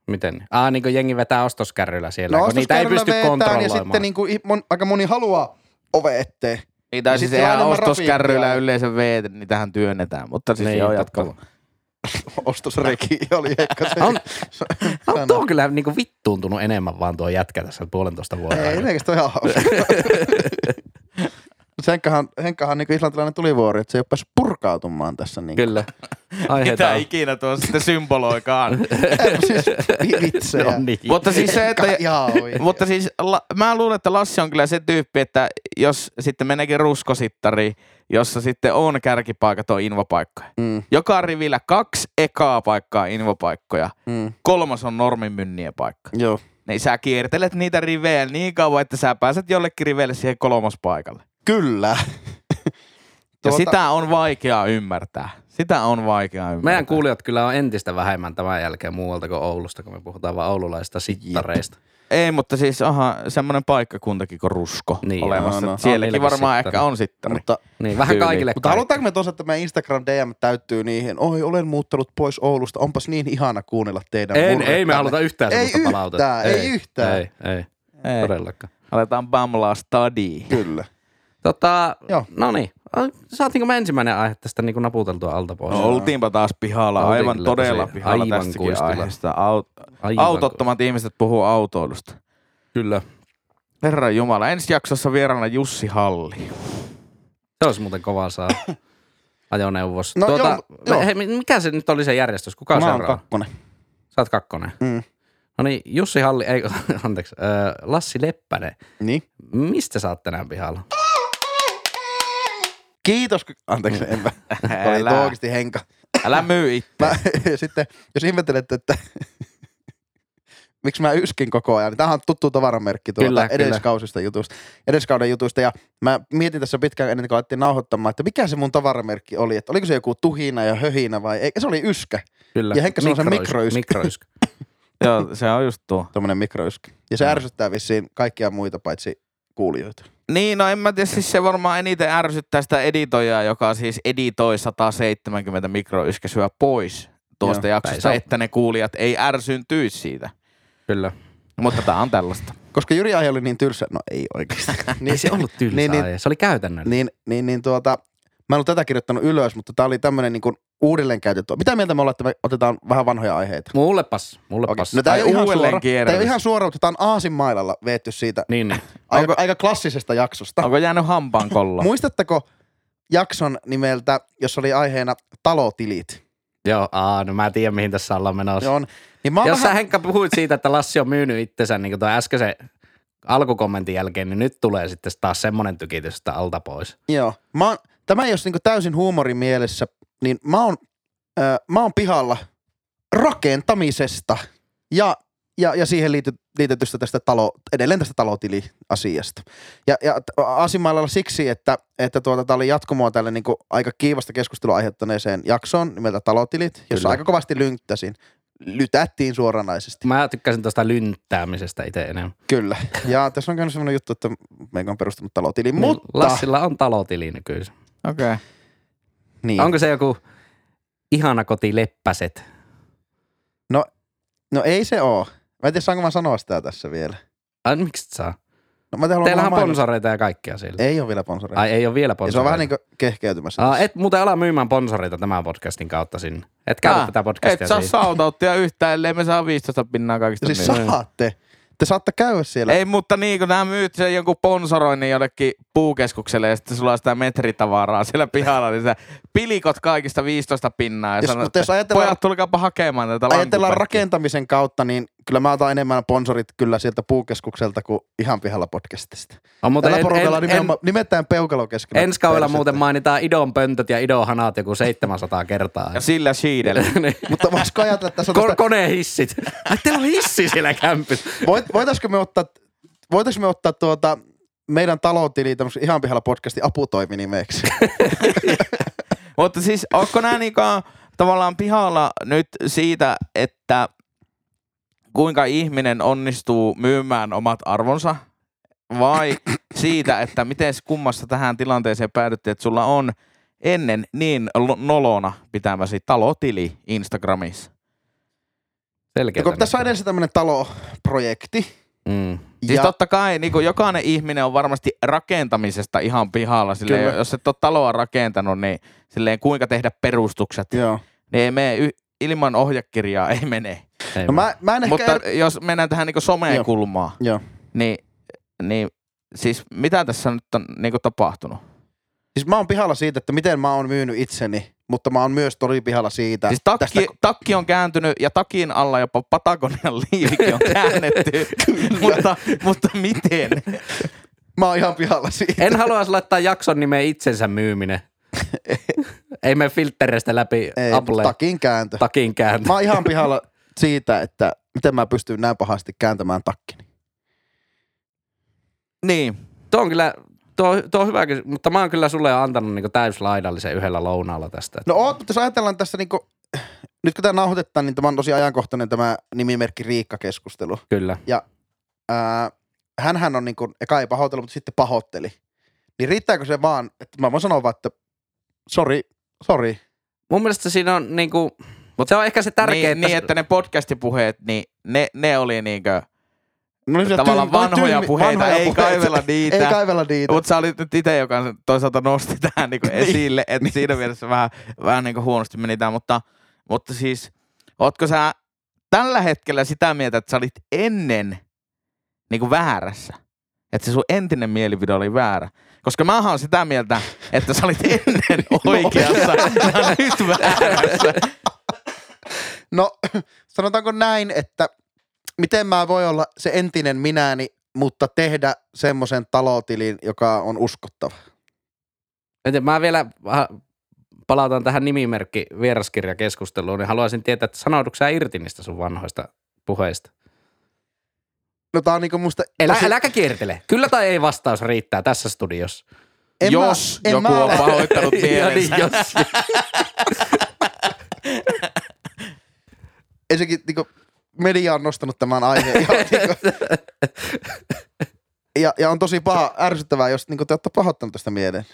Speaker 2: Miten? niin? Aa, niin kuin jengi vetää ostoskärryllä siellä, no, kun niitä ei
Speaker 1: ostoskärryllä
Speaker 2: pysty
Speaker 1: vetään,
Speaker 2: kontrolloimaan.
Speaker 1: Ja sitten niin kuin, mon, aika moni haluaa ove eteen.
Speaker 4: Niitä
Speaker 1: Ja
Speaker 4: ei
Speaker 1: sit
Speaker 4: siis
Speaker 1: se on
Speaker 4: ihan
Speaker 1: enemmän
Speaker 4: ostoskärryillä
Speaker 1: rapiintia.
Speaker 4: yleensä veetä, niitähän työnnetään, mutta siis
Speaker 2: Niin,
Speaker 4: niin, joo
Speaker 2: totta.
Speaker 4: jatkava.
Speaker 1: Ostosreki oli ehkä se.
Speaker 2: On-
Speaker 1: sana.
Speaker 2: No, tuo on kyllä niin kuin vittuuntunut enemmän vaan tuo jätkä tässä puolentoista vuotta.
Speaker 1: Ei,
Speaker 2: aikana.
Speaker 1: yleensä on ihan *laughs* hauska. Mut Henkkahan, Henkkahan niin islantilainen tulivuori, että se ei ole päässyt purkautumaan tässä. Niin kuin. *laughs*
Speaker 2: Kyllä. Aiheita
Speaker 4: Mitä
Speaker 2: on.
Speaker 4: ikinä tuo sitten *laughs* symboloikaan.
Speaker 1: Ei, siis vi- vitsejä.
Speaker 2: No niin.
Speaker 4: mutta siis se, että...
Speaker 1: Henkka ihan oikein.
Speaker 4: Mutta siis la, mä luulen, että Lassi on kyllä se tyyppi, että jos sitten meneekin ruskosittari, jossa sitten on kärkipaikat on invapaikkoja.
Speaker 1: Mm,
Speaker 4: Joka rivillä kaksi ekaa paikkaa on invapaikkoja.
Speaker 1: mm,
Speaker 4: Kolmas on normimynnien paikka.
Speaker 1: joo.
Speaker 4: Niin sä kiertelet niitä rivejä niin kauan, että sä pääset jollekin riveille siihen kolmospaikalle.
Speaker 1: Kyllä.
Speaker 4: Ja
Speaker 1: Tuota-
Speaker 4: sitä on vaikea ymmärtää. Sitä on vaikea ymmärtää.
Speaker 2: Meidän kuulijat kyllä on entistä vähemmän tämän jälkeen muualta kuin Oulusta, kun me puhutaan vaan oululaisista sittareista.
Speaker 4: Ei, mutta siis aha, semmoinen paikkakuntakin kuin Rusko
Speaker 2: Niin,
Speaker 4: niin, olemassa.
Speaker 1: no, no.
Speaker 4: No, no. Sielläkin
Speaker 2: On
Speaker 4: varmaan
Speaker 2: niilläkin
Speaker 4: ehkä on sittari.
Speaker 1: Mutta
Speaker 2: Niin, vähän
Speaker 4: Tyyli.
Speaker 2: kaikille
Speaker 1: Mutta halutaanko me tuossa, että meidän Instagram DM täyttyy niihin, oi olen muuttanut pois Oulusta, onpas niin ihana kuunnella teidän
Speaker 2: En,
Speaker 1: murrettanne."
Speaker 2: ei me haluta yhtään
Speaker 1: Ei
Speaker 2: sellaista
Speaker 1: yhtään,
Speaker 2: palautetta.
Speaker 1: ei yhtään.
Speaker 2: Ei, ei, ei.
Speaker 4: Ei,
Speaker 2: todellakaan.
Speaker 4: aletaan bamlaa study.
Speaker 1: Kyllä.
Speaker 2: Tota,
Speaker 1: Joo.
Speaker 2: no niin. Saatiinko me ensimmäinen aihe tästä niin kuin naputeltua alta pois?
Speaker 4: No, oltiinpa taas pihalla,
Speaker 2: Oltiin
Speaker 4: aivan
Speaker 2: kyllä
Speaker 4: todella
Speaker 2: tosi-
Speaker 4: pihalla
Speaker 2: aivan
Speaker 4: tästäkin
Speaker 2: kuistilla.
Speaker 4: aiheesta. Aut-
Speaker 2: Aivan
Speaker 4: autottomat ihmiset puhuu autoilusta.
Speaker 2: Kyllä.
Speaker 4: Herran Jumala, ensi jaksossa vieraana Jussi Halli.
Speaker 2: Se olisi muuten
Speaker 1: *laughs*
Speaker 2: kova saa ajoneuvos. Tuota,
Speaker 1: No joo, joo.
Speaker 2: Hei, mi- mikä se nyt oli se järjestys? Kuka on
Speaker 1: Mä oon
Speaker 2: seuraava?
Speaker 1: kakkonen.
Speaker 2: Sä oot kakkonen.
Speaker 1: Mm.
Speaker 2: No niin, Jussi Halli, ei, *laughs* anteeksi, äh, Lassi Leppänen.
Speaker 1: Niin.
Speaker 2: Mistä sä oot tänään pihalla?
Speaker 1: Kiitos. kun- Anteeksi, enpä. Tämä oli
Speaker 4: Älä.
Speaker 1: tuo oikeasti henka.
Speaker 4: Älä myy itse.
Speaker 1: Mä, *laughs* ja sitten, jos ihmettelette, että *laughs* miksi mä yskin koko ajan, niin tämähän on tuttu tavaramerkki
Speaker 2: Kyllä,
Speaker 1: tuolta
Speaker 2: kyllä.
Speaker 1: edelliskausista jutusta, edelliskauden jutusta. Ja mä mietin tässä pitkään ennen kuin alettiin nauhoittamaan, että mikä se mun tavaramerkki oli, että oliko se joku tuhina ja höhinä vai ei. Se oli yskä.
Speaker 2: Kyllä.
Speaker 1: Ja Henkka sanoi sen mikroysky.
Speaker 2: Mikroysky.
Speaker 4: Joo, se on just tuo.
Speaker 1: Tuommoinen mikroyski. Ja
Speaker 2: Mm.
Speaker 1: se ärsyttää vissiin kaikkia muita paitsi kuulijoita.
Speaker 4: Niin, no en mä tiedä, siis se varmaan eniten ärsyttää sitä editoijaa, joka siis editoi 170 mikroyskäsyä pois tuosta
Speaker 1: Joo,
Speaker 4: jaksosta,
Speaker 2: tai se on-
Speaker 4: että ne kuulijat ei ärsyntyisi siitä.
Speaker 2: *laughs* Kyllä.
Speaker 4: Mutta tää on tällaista.
Speaker 1: Koska Jyri Aihe oli niin tylsä. No ei oikeasti.
Speaker 2: Ei se ollut tylsää,
Speaker 1: Niin,
Speaker 2: *laughs* niin,
Speaker 1: niin,
Speaker 2: niin, se oli käytännöllinen.
Speaker 1: *laughs* niin, niin, niin tuota, mä en ollut tätä kirjoittanut ylös, mutta tää oli tämmönen niin kuin uudelleen käytetty. Mitä mieltä me ollaan, että me otetaan vähän vanhoja aiheita?
Speaker 2: Mullepas, mullepas.
Speaker 1: No, tää, ei
Speaker 4: Tai
Speaker 1: ole ihan suora, tää
Speaker 4: uudelleen
Speaker 1: ei ole
Speaker 4: kierrellys.
Speaker 1: ihan suora, mutta tää on aasinmailalla veetty siitä
Speaker 2: Niin, niin.
Speaker 1: aika, aika klassisesta jaksosta.
Speaker 4: Onko jäänyt hampaan kollaan?
Speaker 1: Muistatteko jakson nimeltä, jossa oli aiheena talotilit?
Speaker 2: Joo, aa, no mä tiedän mihin tässä ollaan menossa.
Speaker 1: Joo, on. Niin mä oon
Speaker 2: Jos
Speaker 1: vähän,
Speaker 2: sä Henkka puhuit siitä, että Lassi on myynyt itsensä niin kuin tuon äskeisen alkukommentin jälkeen, niin nyt tulee sitten taas semmoinen tykitys, että alta pois.
Speaker 1: joo, mä oon, tämä ei ole niinku täysin huumorin mielessä, niin mä oon, öö, mä oon pihalla rakentamisesta ja, ja, ja siihen liity, liitetystä tästä talo, edelleen tästä talotiliasiasta. Ja, ja t- Aasimailalla siksi, että, että tuota, tämä oli jatkumoa tälle niinku aika kiivasta keskustelua aiheuttaneeseen jaksoon nimeltä Talotilit, jossa
Speaker 2: Kyllä.
Speaker 1: aika kovasti lynktäsin. Lytättiin suoranaisesti.
Speaker 2: Mä tykkäsin tuosta lynttäämisestä itse enemmän.
Speaker 1: Kyllä. Ja tässä on käynyt sellainen juttu, että meikä on perustunut talotili,
Speaker 2: Niin,
Speaker 1: mutta...
Speaker 2: Lassilla on talotili nykyisin.
Speaker 4: Okei. Okay.
Speaker 1: Niin.
Speaker 2: Onko se joku ihana koti leppäset?
Speaker 1: No ei se oo. Mä en tiedä, saanko mä sanoa sitä tässä vielä.
Speaker 2: Ai, miksi et saa?
Speaker 1: No, mä en tiedä, haluanko
Speaker 2: Teillähän
Speaker 1: mä
Speaker 2: on
Speaker 1: mainita-
Speaker 2: sponsoreita ja kaikkea sillä.
Speaker 1: Ei ole vielä sponsoreita.
Speaker 2: Ai ei ole vielä
Speaker 1: Ja se on
Speaker 2: sponsoreita.
Speaker 1: vähän niin kuin kehkeytymässä.
Speaker 2: Aa,
Speaker 1: tässä.
Speaker 2: et muuten ala myymään sponsoreita tämän podcastin kautta sinne. Et käytä tätä
Speaker 4: Et
Speaker 2: podcastia
Speaker 4: saa
Speaker 2: siihen.
Speaker 4: sautouttia yhtään, ellei me saa 15 pinnaa kaikista
Speaker 1: siis
Speaker 4: myydä.
Speaker 1: saatte. Te saatte käydä siellä.
Speaker 4: Ei, mutta niin, kun nää myyt sen jonkun sponsoroinnin jollekin puukeskukselle ja sitten sulla on sitä metritavaraa siellä pihalla, niin sä pilikot kaikista 15 pinnaa ja
Speaker 1: Jos-
Speaker 4: sanot,
Speaker 1: mutta jos
Speaker 4: että
Speaker 1: ajatellaan-
Speaker 4: pojat tulkaapa hakemaan tätä
Speaker 1: Ajatellaan
Speaker 4: lankupäkkiä."
Speaker 1: rakentamisen kautta, niin kyllä mä otan enemmän sponsorit kyllä sieltä puukeskukselta kuin ihan pihalla podcastista.
Speaker 2: On
Speaker 1: Mutta
Speaker 2: muuten
Speaker 1: Tällä
Speaker 2: en,
Speaker 1: porukalla
Speaker 2: en, en,
Speaker 1: nimenomaan, nimetään peukalo keskellä.
Speaker 2: ensi kaudella
Speaker 1: persettä.
Speaker 2: muuten mainitaan idon pöntöt ja idon hanat joku 700 kertaa.
Speaker 4: Ja sillä siidellä.
Speaker 2: Niin.
Speaker 1: Mutta voisiko ajatella,
Speaker 2: *laughs*
Speaker 1: että tässä on
Speaker 2: Ko-
Speaker 1: tästä,
Speaker 2: konehissit. Ai teillä on hissi siellä kämpissä.
Speaker 1: Voit, voitaisko me ottaa, voitaisko me ottaa tuota, meidän taloutili tämmöisen ihan pihalla podcastin aputoiminimeksi?
Speaker 4: Mutta siis, onko nää niinku tavallaan pihalla nyt siitä, että kuinka ihminen onnistuu myymään omat arvonsa? Vai siitä, että miten kummassa tähän tilanteeseen päädyttiin, että sulla on ennen niin lo- nolona pitämäsi talotili Instagramissa?
Speaker 2: Selkeä.
Speaker 1: No Kun tässä on edessä tämmöinen taloprojekti.
Speaker 2: Mm.
Speaker 4: Siis
Speaker 1: ja,
Speaker 4: totta kai niin kuin jokainen ihminen on varmasti rakentamisesta ihan pihalla. Silleen,
Speaker 1: Kyllä.
Speaker 4: jos et ole taloa rakentanut, niin silleen, kuinka tehdä perustukset.
Speaker 1: joo.
Speaker 4: Niin ei mene y- ilman ohjekirjaa ei mene.
Speaker 2: Ei
Speaker 1: No
Speaker 2: vaan.
Speaker 1: mä, mä en ehkä...
Speaker 4: Mutta
Speaker 1: er-
Speaker 4: jos mennään tähän niinku someen
Speaker 1: Joo.
Speaker 4: kulmaan,
Speaker 1: joo.
Speaker 4: niin, niin siis mitä tässä nyt on niinku tapahtunut?
Speaker 1: Siis mä oon pihalla siitä, että miten mä oon myynyt itseni, mutta mä oon myös tori pihalla siitä.
Speaker 4: Siis takki,
Speaker 1: tästä-
Speaker 4: takki on kääntynyt ja takin alla jopa Patagonian *laughs* liivikin on
Speaker 1: *laughs*
Speaker 4: käännetty. mutta, mutta miten?
Speaker 1: Mä oon ihan pihalla siitä.
Speaker 2: En haluaisi laittaa jakson nimeen itsensä myyminen. Ei mene filttereistä läpi
Speaker 1: *laughs* Ei,
Speaker 2: Apple
Speaker 1: takin kääntö.
Speaker 2: takin kääntö.
Speaker 1: Mä oon ihan pihalla siitä, että miten mä pystyn näin pahasti kääntämään takkini.
Speaker 4: Niin.
Speaker 2: Tuo on kyllä, tuo, tuo on hyvä kysymys, mutta mä oon kyllä sulle antanut niinku täyslaidallisen yhdellä lounaalla tästä.
Speaker 1: No oot, mutta jos ajatellaan tässä niinku... Nyt kun tää nauhoitetaan, niin tämä on tosi ajankohtainen tämä nimimerkki Riikka-keskustelu.
Speaker 2: Kyllä.
Speaker 1: Ää, hänhän on niinku, eka ei pahoitellut, mutta sitten pahoitteli. Niin riittääkö se vaan, että mä voin sanoa vaan, että sori, sori.
Speaker 2: Mun mielestä siinä on niinku, mutta se on ehkä se tärkeä,
Speaker 4: niin, niin, että ne podcastipuheet, niin ne, ne oli niinku,
Speaker 1: No, niin se
Speaker 4: Tavallaan
Speaker 1: vähän
Speaker 4: vanhoja puheita, ei kaivella niitä.
Speaker 1: Ei kaivella niitä.
Speaker 4: mutta sä olit nyt itse, joka sen toisaalta nosti tähän niinku esille, että siinä mielessä vähän, vähän niinku huonosti meni tämä, mutta, mutta siis ootko sä tällä hetkellä sitä mieltä, että sä olit ennen niinku väärässä? Että se sun entinen mielipide oli väärä. Koska mä oon sitä mieltä, että sä olit ennen
Speaker 2: *laughs*
Speaker 1: *laughs*
Speaker 4: oikeassa ja nyt väärässä.
Speaker 1: No, *clears throat* sanotaanko näin, että miten mä voi olla se entinen minäni, mutta tehdä semmoisen talotilin, joka on uskottava.
Speaker 2: Joten mä vielä vähän palataan tähän nimimerkki vieraskirjakeskusteluun, niin haluaisin tietää, että sanoudutko sä irti niistä sun vanhoista puheista?
Speaker 1: No tää on niinku musta...
Speaker 2: Elä,
Speaker 1: tosi-
Speaker 2: äläkä kiertele. Kyllä tai ei vastaus riittää tässä studiossa.
Speaker 1: en mä-
Speaker 4: Jos
Speaker 1: en
Speaker 4: joku
Speaker 1: mä
Speaker 4: on
Speaker 1: ole-
Speaker 2: *laughs*
Speaker 4: pahoittanut
Speaker 2: Ja niin,
Speaker 4: mielensä.
Speaker 2: jos, *laughs*
Speaker 1: Ensinnäkin niinku, media on nostanut tämän aiheen. Ja, niinku, ja, ja on tosi paha, ärsyttävää, jos niinku, te olette pahoittanut tästä mieleen.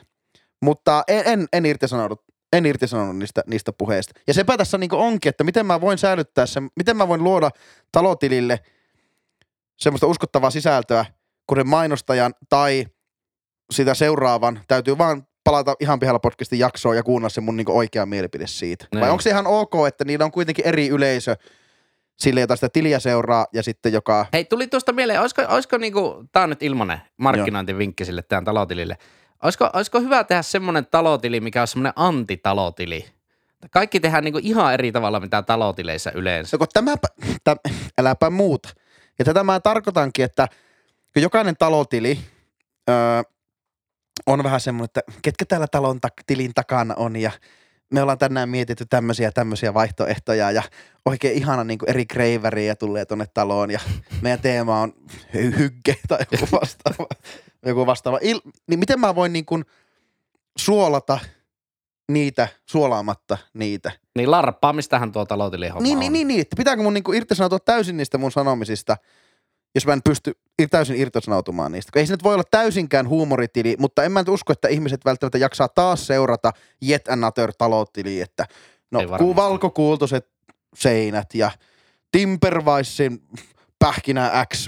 Speaker 1: Mutta en, en, en irtisanoudu en irtisanonut niistä, niistä puheista. Ja sepä tässä niinku onkin, että miten mä voin säilyttää sen, miten mä voin luoda talotilille semmoista uskottavaa sisältöä, kun sen mainostajan tai sitä seuraavan täytyy vaan palata ihan pihalla podcastin jaksoon ja kuunnella se mun niinku oikea mielipide siitä. Näin. Vai
Speaker 2: Näin.
Speaker 1: onko se ihan ok, että niillä on kuitenkin eri yleisö sille, jota sitä tiliä seuraa ja sitten joka...
Speaker 2: Hei, tuli tuosta mieleen, olisiko, olisiko niinku, tää on nyt ilmanen markkinointivinkki sille tähän talotilille. Olisiko, olisiko hyvä tehdä semmoinen talotili, mikä on semmoinen antitalotili? Kaikki tehdään niinku ihan eri tavalla, mitä talotileissä yleensä.
Speaker 1: Joko tämä, täm, äläpä muuta. Ja tätä mä tarkoitankin, että kun jokainen talotili öö, on vähän semmoinen, että ketkä täällä talon tak- tilin takana on ja me ollaan tänään mietitty tämmöisiä ja tämmöisiä vaihtoehtoja ja oikein ihana niin eri kreiväriä tulee tonne taloon ja meidän teema on hy- hygge tai joku vastaava. joku vastaava. Il- niin miten mä voin niin kuin suolata niitä suolaamatta niitä?
Speaker 2: Niin larppaamistahan tuo talotili homma
Speaker 1: Niin,
Speaker 2: on.
Speaker 1: niin, niin, niin, että pitääkö mun niinku irtisanoutua täysin niistä mun sanomisista, jos mä en pysty ir- täysin irtisanoutumaan niistä. Kun Ei se nyt voi olla täysinkään huumoritili, mutta en mä nyt usko, että ihmiset välttämättä jaksaa taas seurata yet another taloutili, että no
Speaker 2: Ei varmasti.
Speaker 1: ku valkokuultoiset seinät ja Timperweissin pähkinä X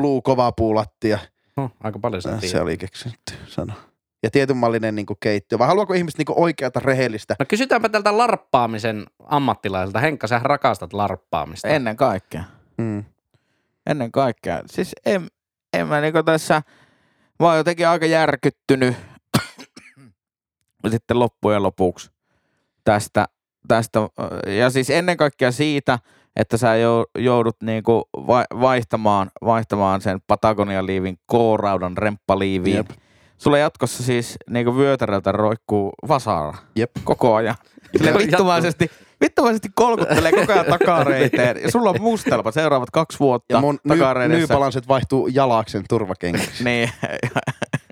Speaker 1: Blue kovapuulattia.
Speaker 2: Huh, aika paljon sen
Speaker 1: Äh,
Speaker 2: tiedät.
Speaker 1: Se oli keksitty sana. Ja tietynmallinen niinku keittiö. Vai haluaako ihmiset niinku oikeata rehellistä?
Speaker 2: No kysytäänpä tältä larppaamisen ammattilaiselta. Henkka, sähän rakastat larppaamista.
Speaker 4: Ennen kaikkea.
Speaker 1: Mm.
Speaker 4: Ennen kaikkea. Siis en, en mä niinku tässä, mä oon jotenkin aika järkyttynyt *coughs* sitten loppujen lopuksi tästä, tästä. Ja siis ennen kaikkea siitä, että sä jou- joudut niinku vai- vaihtamaan, vaihtamaan sen Patagonia-liivin K-raudan remppaliiviin.
Speaker 1: Jep.
Speaker 4: Sulla jatkossa siis niinku vyötäröltä roikkuu vasara
Speaker 1: Jep.
Speaker 4: koko ajan. Sille
Speaker 2: Jatkuu.
Speaker 4: vittumaisesti, vittumaisesti kolkuttelee koko ajan takareiteen. Ja sulla on mustelma seuraavat kaksi vuotta
Speaker 1: Ja mun ny-
Speaker 4: takareidessä.
Speaker 1: nypalanset vaihtuu jalaksen turvakengiksi.
Speaker 4: *laughs* niin.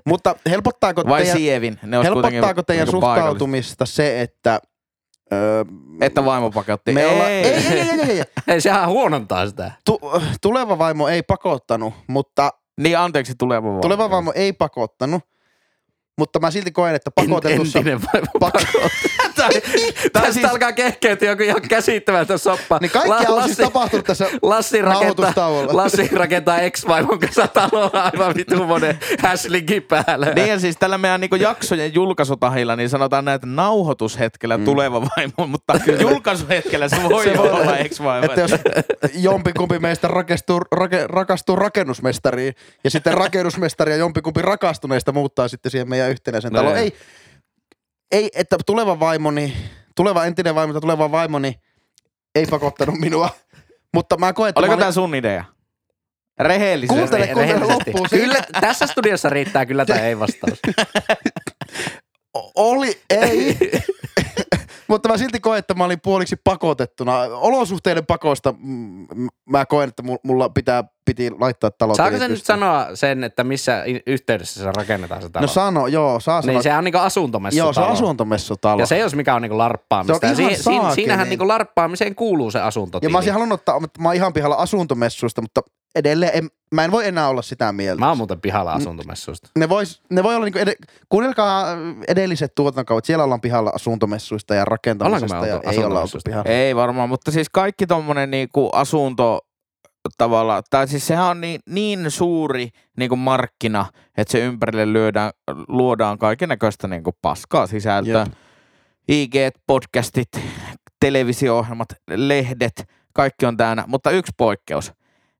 Speaker 1: Mutta helpottaako
Speaker 4: Vai
Speaker 1: teidän,
Speaker 4: sievin. Ne olisi kuitenkin
Speaker 1: helpottaako teidän
Speaker 4: niinku paikallista.
Speaker 1: suhtautumista se, että... Öö,
Speaker 4: Että vaimopakotti.
Speaker 1: me
Speaker 4: ei.
Speaker 1: olla, ei, ei, ei, ei, ei, ei.
Speaker 2: Ei, sehän huonontaa sitä.
Speaker 1: Tu, tuleva vaimo ei pakottanut, mutta
Speaker 4: Niin anteeksi tuleva vaimo.
Speaker 1: tuleva vaimo ei pakottanut, mutta mä silti koen, että pakotetussa...
Speaker 2: Entinen *laughs* vaimo
Speaker 1: Pak-
Speaker 4: *laughs*
Speaker 2: Tästä
Speaker 4: siis-
Speaker 2: siis... alkaa kehkeytyä joku ihan käsittämätön soppa.
Speaker 1: niin kaikki on siis tapahtunut tässä
Speaker 2: Lassi rakentaa,
Speaker 1: nauhoitustauolla.
Speaker 2: Lassi rakentaa ex-vaimon kanssa taloa aivan vitun monen häslinkin päälle.
Speaker 4: Niin ja siis tällä meidän niinku jaksojen julkaisutahilla, niin sanotaan näin, että nauhoitushetkellä mm. tuleva vaimo, mutta julkaisuhetkellä se voi,
Speaker 1: Se voi
Speaker 4: olla,
Speaker 1: olla.
Speaker 4: ex vaimo.
Speaker 1: Että jos jompikumpi meistä rakastuu, rake, rakastuu rakennusmestariin ja sitten rakennusmestari ja jompikumpi rakastuneista muuttaa sitten siihen meidän yhtenäisen
Speaker 2: No
Speaker 1: taloon.
Speaker 2: ei.
Speaker 1: Ei, ei, että tuleva vaimoni, tuleva entinen vaimo tai tuleva vaimoni ei pakottanut minua. Mutta mä koen, että
Speaker 4: Oliko
Speaker 1: mä
Speaker 4: tämä sun idea? Rehellisesti.
Speaker 1: Kuuntele,
Speaker 2: Re-
Speaker 1: kuuntele
Speaker 2: rehellisesti.
Speaker 1: loppuun.
Speaker 2: Kyllä, tässä studiossa riittää kyllä tai ei vastaus.
Speaker 1: O- oli, ei. *laughs* Mutta mä silti koen, että mä olin puoliksi pakotettuna. Olosuhteiden pakosta mm, mä koen, että mu- mulla pitää, piti laittaa talo.
Speaker 2: Saako se
Speaker 1: pystyyn.
Speaker 2: nyt sanoa sen, että missä i- yhteydessä se rakennetaan se talo?
Speaker 1: No sano, joo, saa sanoa.
Speaker 2: niin sehän on niinku asuntomessu
Speaker 1: Joo, se on
Speaker 2: talo.
Speaker 1: asuntomessutalo.
Speaker 2: Ja se jos mikä on niinku larppaamista.
Speaker 1: Se on
Speaker 2: Ja
Speaker 1: ihan
Speaker 2: si- si-
Speaker 1: saakeli.
Speaker 2: siinähän niinku larppaamiseen kuuluu se asuntotili.
Speaker 1: ja mä olisin halunnut ottaa, mutta mä oon ihan pihalla asuntomessuista, mutta edelleen en, mä en voi enää olla sitä mieltä.
Speaker 2: Mä oon muuten pihalla asuntomessuista.
Speaker 1: Ne, vois, ne voi olla, niinku ed- kuunnelkaa edelliset tuotantokaudet, siellä ollaan pihalla asuntomessuista ja rakentamisesta
Speaker 2: Ollaanko me
Speaker 1: ja
Speaker 2: oltu
Speaker 1: ei olla oltu
Speaker 2: asuntomessuista?
Speaker 1: pihalla.
Speaker 4: Ei varmaan, mutta siis kaikki tommonen niinku asunto tavalla, tai siis sehän on niin, niin suuri niinku markkina, että se ympärille lyödään, luodaan kaiken näköistä niinku paskaa sisältöä.
Speaker 1: Jep.
Speaker 4: IG, podcastit, televisio-ohjelmat, lehdet, kaikki on täynnä, mutta yksi poikkeus,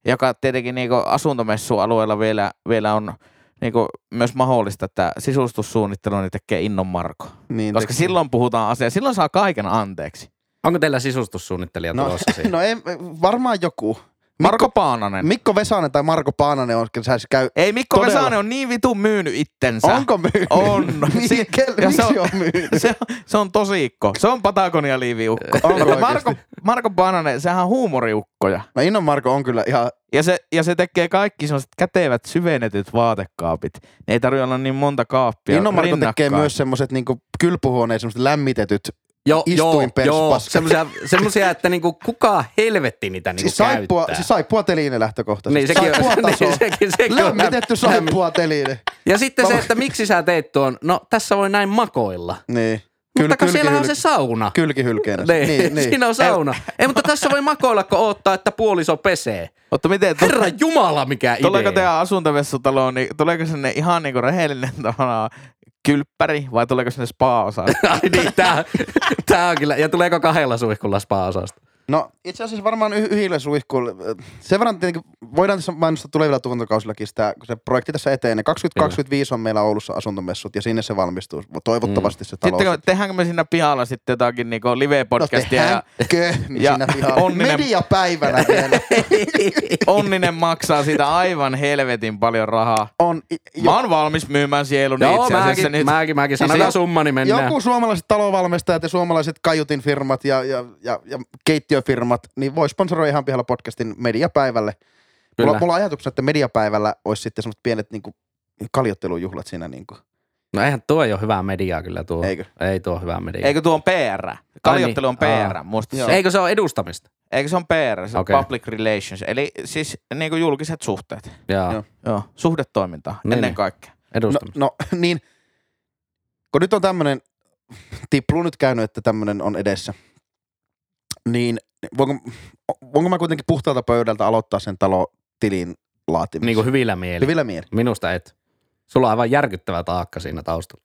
Speaker 4: joka tietenkin niinku asuntomessualueella vielä, vielä on niinku myös mahdollista, että sisustussuunnitteluni tekee Innon Marko.
Speaker 1: Niin,
Speaker 4: Koska
Speaker 1: tekee.
Speaker 4: silloin puhutaan asiaa, silloin saa kaiken anteeksi.
Speaker 2: Onko teillä sisustussuunnittelija
Speaker 1: no, *laughs*
Speaker 2: tulossa siihen?
Speaker 1: no ei, varmaan joku.
Speaker 4: Marko Paananen.
Speaker 1: Mikko Vesanen tai Marko Paananen on, se käy,
Speaker 4: Ei Mikko
Speaker 1: Todella.
Speaker 4: Vesanen on niin vitun myynyt itsensä.
Speaker 1: onko myynyt?
Speaker 4: On.
Speaker 1: *laughs* Miksi,
Speaker 4: Si-
Speaker 1: ke-
Speaker 4: ja se
Speaker 1: miksi
Speaker 4: on-
Speaker 1: on, myynyt?
Speaker 4: *laughs* Se, on- se on tosiikko. Se on Patagonia liiviukko.
Speaker 1: Onko
Speaker 4: Mutta Marko,
Speaker 1: oikeesti?
Speaker 4: Marko Paananen, sehän on huumoriukkoja.
Speaker 1: No Inno Marko on kyllä ihan,
Speaker 4: Ja se, ja se tekee kaikki sellaiset kätevät syvennetyt vaatekaapit. Ne ei tarvitse olla niin monta kaappia
Speaker 1: Inno Marko tekee
Speaker 4: rinnakkain.
Speaker 1: myös semmoset niinku kylpyhuoneen semmoset lämmitetyt
Speaker 2: Jo,
Speaker 1: Istuinperspaskat.
Speaker 2: joo, semmosia, semmosia, että niinku, kuka helvetti niitä niinku
Speaker 1: Siis saippua,
Speaker 2: käyttää.
Speaker 1: siis saippua teline lähtökohtaisesti.
Speaker 2: Niin, sekin on-
Speaker 1: saippua taso.
Speaker 2: *laughs* niin, sekin- sekin on-
Speaker 1: Lämmitetty saippua teline.
Speaker 2: ja sitten se, että miksi sä teit tuon, no tässä voi näin makoilla.
Speaker 1: Niin.
Speaker 2: Mutta kun siellä on
Speaker 1: hylky-
Speaker 2: se sauna.
Speaker 1: Kylki hylkeenä.
Speaker 2: Niin, niin, niin. *laughs* Siinä on sauna. Ei, mutta tässä voi makoilla, kun odottaa, että puoliso pesee.
Speaker 4: Mutta miten... tu-
Speaker 2: Herra Jumala, mikä
Speaker 4: Tuleeko
Speaker 2: idea.
Speaker 4: teidän asuntovessutaloon, niin tuleeko sinne ihan niinku rehellinen *laughs* tavallaan kylppäri vai tuleeko sinne
Speaker 1: *laughs*
Speaker 4: spa-osa?
Speaker 2: *laughs* Ai niin, tää, tää on kyllä. Ja tuleeko kahdella suihkulla spa-osasta?
Speaker 1: No itse asiassa varmaan yh- yhdelle suihkulle. Sen verran tietenkin voidaan tässä mainostaa tulevilla tuontokausillakin sitä, kun se projekti tässä etenee. 2025 on meillä Oulussa asuntomessut ja sinne se valmistuu.
Speaker 2: Mm.
Speaker 1: Toivottavasti se talous.
Speaker 4: Sitten kun, tehdäänkö me siinä pihalla sitten jotakin
Speaker 1: No,
Speaker 4: niinku live-podcastia ja
Speaker 1: ja,
Speaker 4: ja
Speaker 1: siinä pihalla.
Speaker 4: onninen-
Speaker 1: Mediapäivänä vielä.
Speaker 4: onninen maksaa siitä aivan helvetin paljon rahaa.
Speaker 1: On, i-
Speaker 4: Mä oon valmis myymään sieluni
Speaker 2: Joo,
Speaker 4: No itse asiassa
Speaker 2: mäkin,
Speaker 4: nyt.
Speaker 2: mäkin, mäkin. Sanotaan
Speaker 1: Siis jo-
Speaker 2: summa, niin mennään.
Speaker 1: Joku suomalaiset talovalmistajat ja suomalaiset kaiutin firmat ja, ja, ja, ja keittiöfirmat, niin voi sponsoroida ihan pihalla podcastin mediapäivälle.
Speaker 2: Kyllä.
Speaker 1: Mulla, mulla on ajatuksena, että mediapäivällä olisi sitten semmoiset pienet niin kuin, kaljottelujuhlat siinä. Niin kuin.
Speaker 2: No eihän tuo ei ole hyvää mediaa kyllä tuo.
Speaker 1: Eikö? No,
Speaker 2: Ei tuo ole hyvää mediaa. Eikö,
Speaker 4: Eikö tuo on PR? Kaljottelu on
Speaker 2: Ai niin,
Speaker 4: PR, muista
Speaker 1: Joo.
Speaker 4: se.
Speaker 2: Eikö se ole edustamista?
Speaker 4: Eikö se on PR, se
Speaker 2: Okei.
Speaker 4: okay. public relations, eli siis niinku julkiset suhteet.
Speaker 2: Joo,
Speaker 1: Joo.
Speaker 4: Joo, suhdetoimintaa
Speaker 2: Niin,
Speaker 4: niin.
Speaker 2: niin.
Speaker 4: ennen kaikkea. *laughs*
Speaker 1: No,
Speaker 2: edustamista.
Speaker 1: no *laughs* niin, kun nyt on tämmöinen tiplu nyt käynyt, että tämmöinen on edessä, niin voinko, voinko mä kuitenkin puhtaalta pöydältä aloittaa sen talotilin laatimisen?
Speaker 2: Niin kuin hyvillä mielin.
Speaker 1: Hyvillä mieli.
Speaker 2: Minusta et. Sulla on aivan järkyttävä taakka siinä taustalla.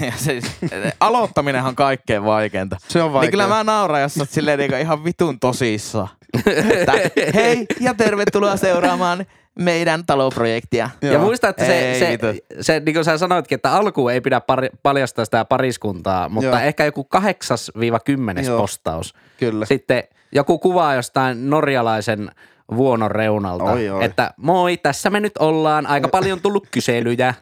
Speaker 4: Ja siis, aloittaminenhan on kaikkein vaikeinta.
Speaker 1: Se on
Speaker 4: Niin
Speaker 1: vaikea.
Speaker 4: kyllä mä nauran, jos sä oot silleen niinku ihan vitun tosissaan. Että hei ja tervetuloa seuraamaan meidän taloprojektia.
Speaker 2: Joo. Ja muista, että se,
Speaker 4: Ei
Speaker 2: se,
Speaker 4: mitään.
Speaker 2: se, se, niin kuin sä sanoitkin, että alkuun ei pidä pari, paljastaa sitä pariskuntaa, mutta
Speaker 1: Joo.
Speaker 2: ehkä joku 8-10
Speaker 1: Joo.
Speaker 2: postaus.
Speaker 1: Kyllä.
Speaker 2: Sitten joku kuvaa jostain norjalaisen vuonon reunalta,
Speaker 1: Oi, oi.
Speaker 2: että moi, tässä me nyt ollaan, aika paljon tullut kyselyjä.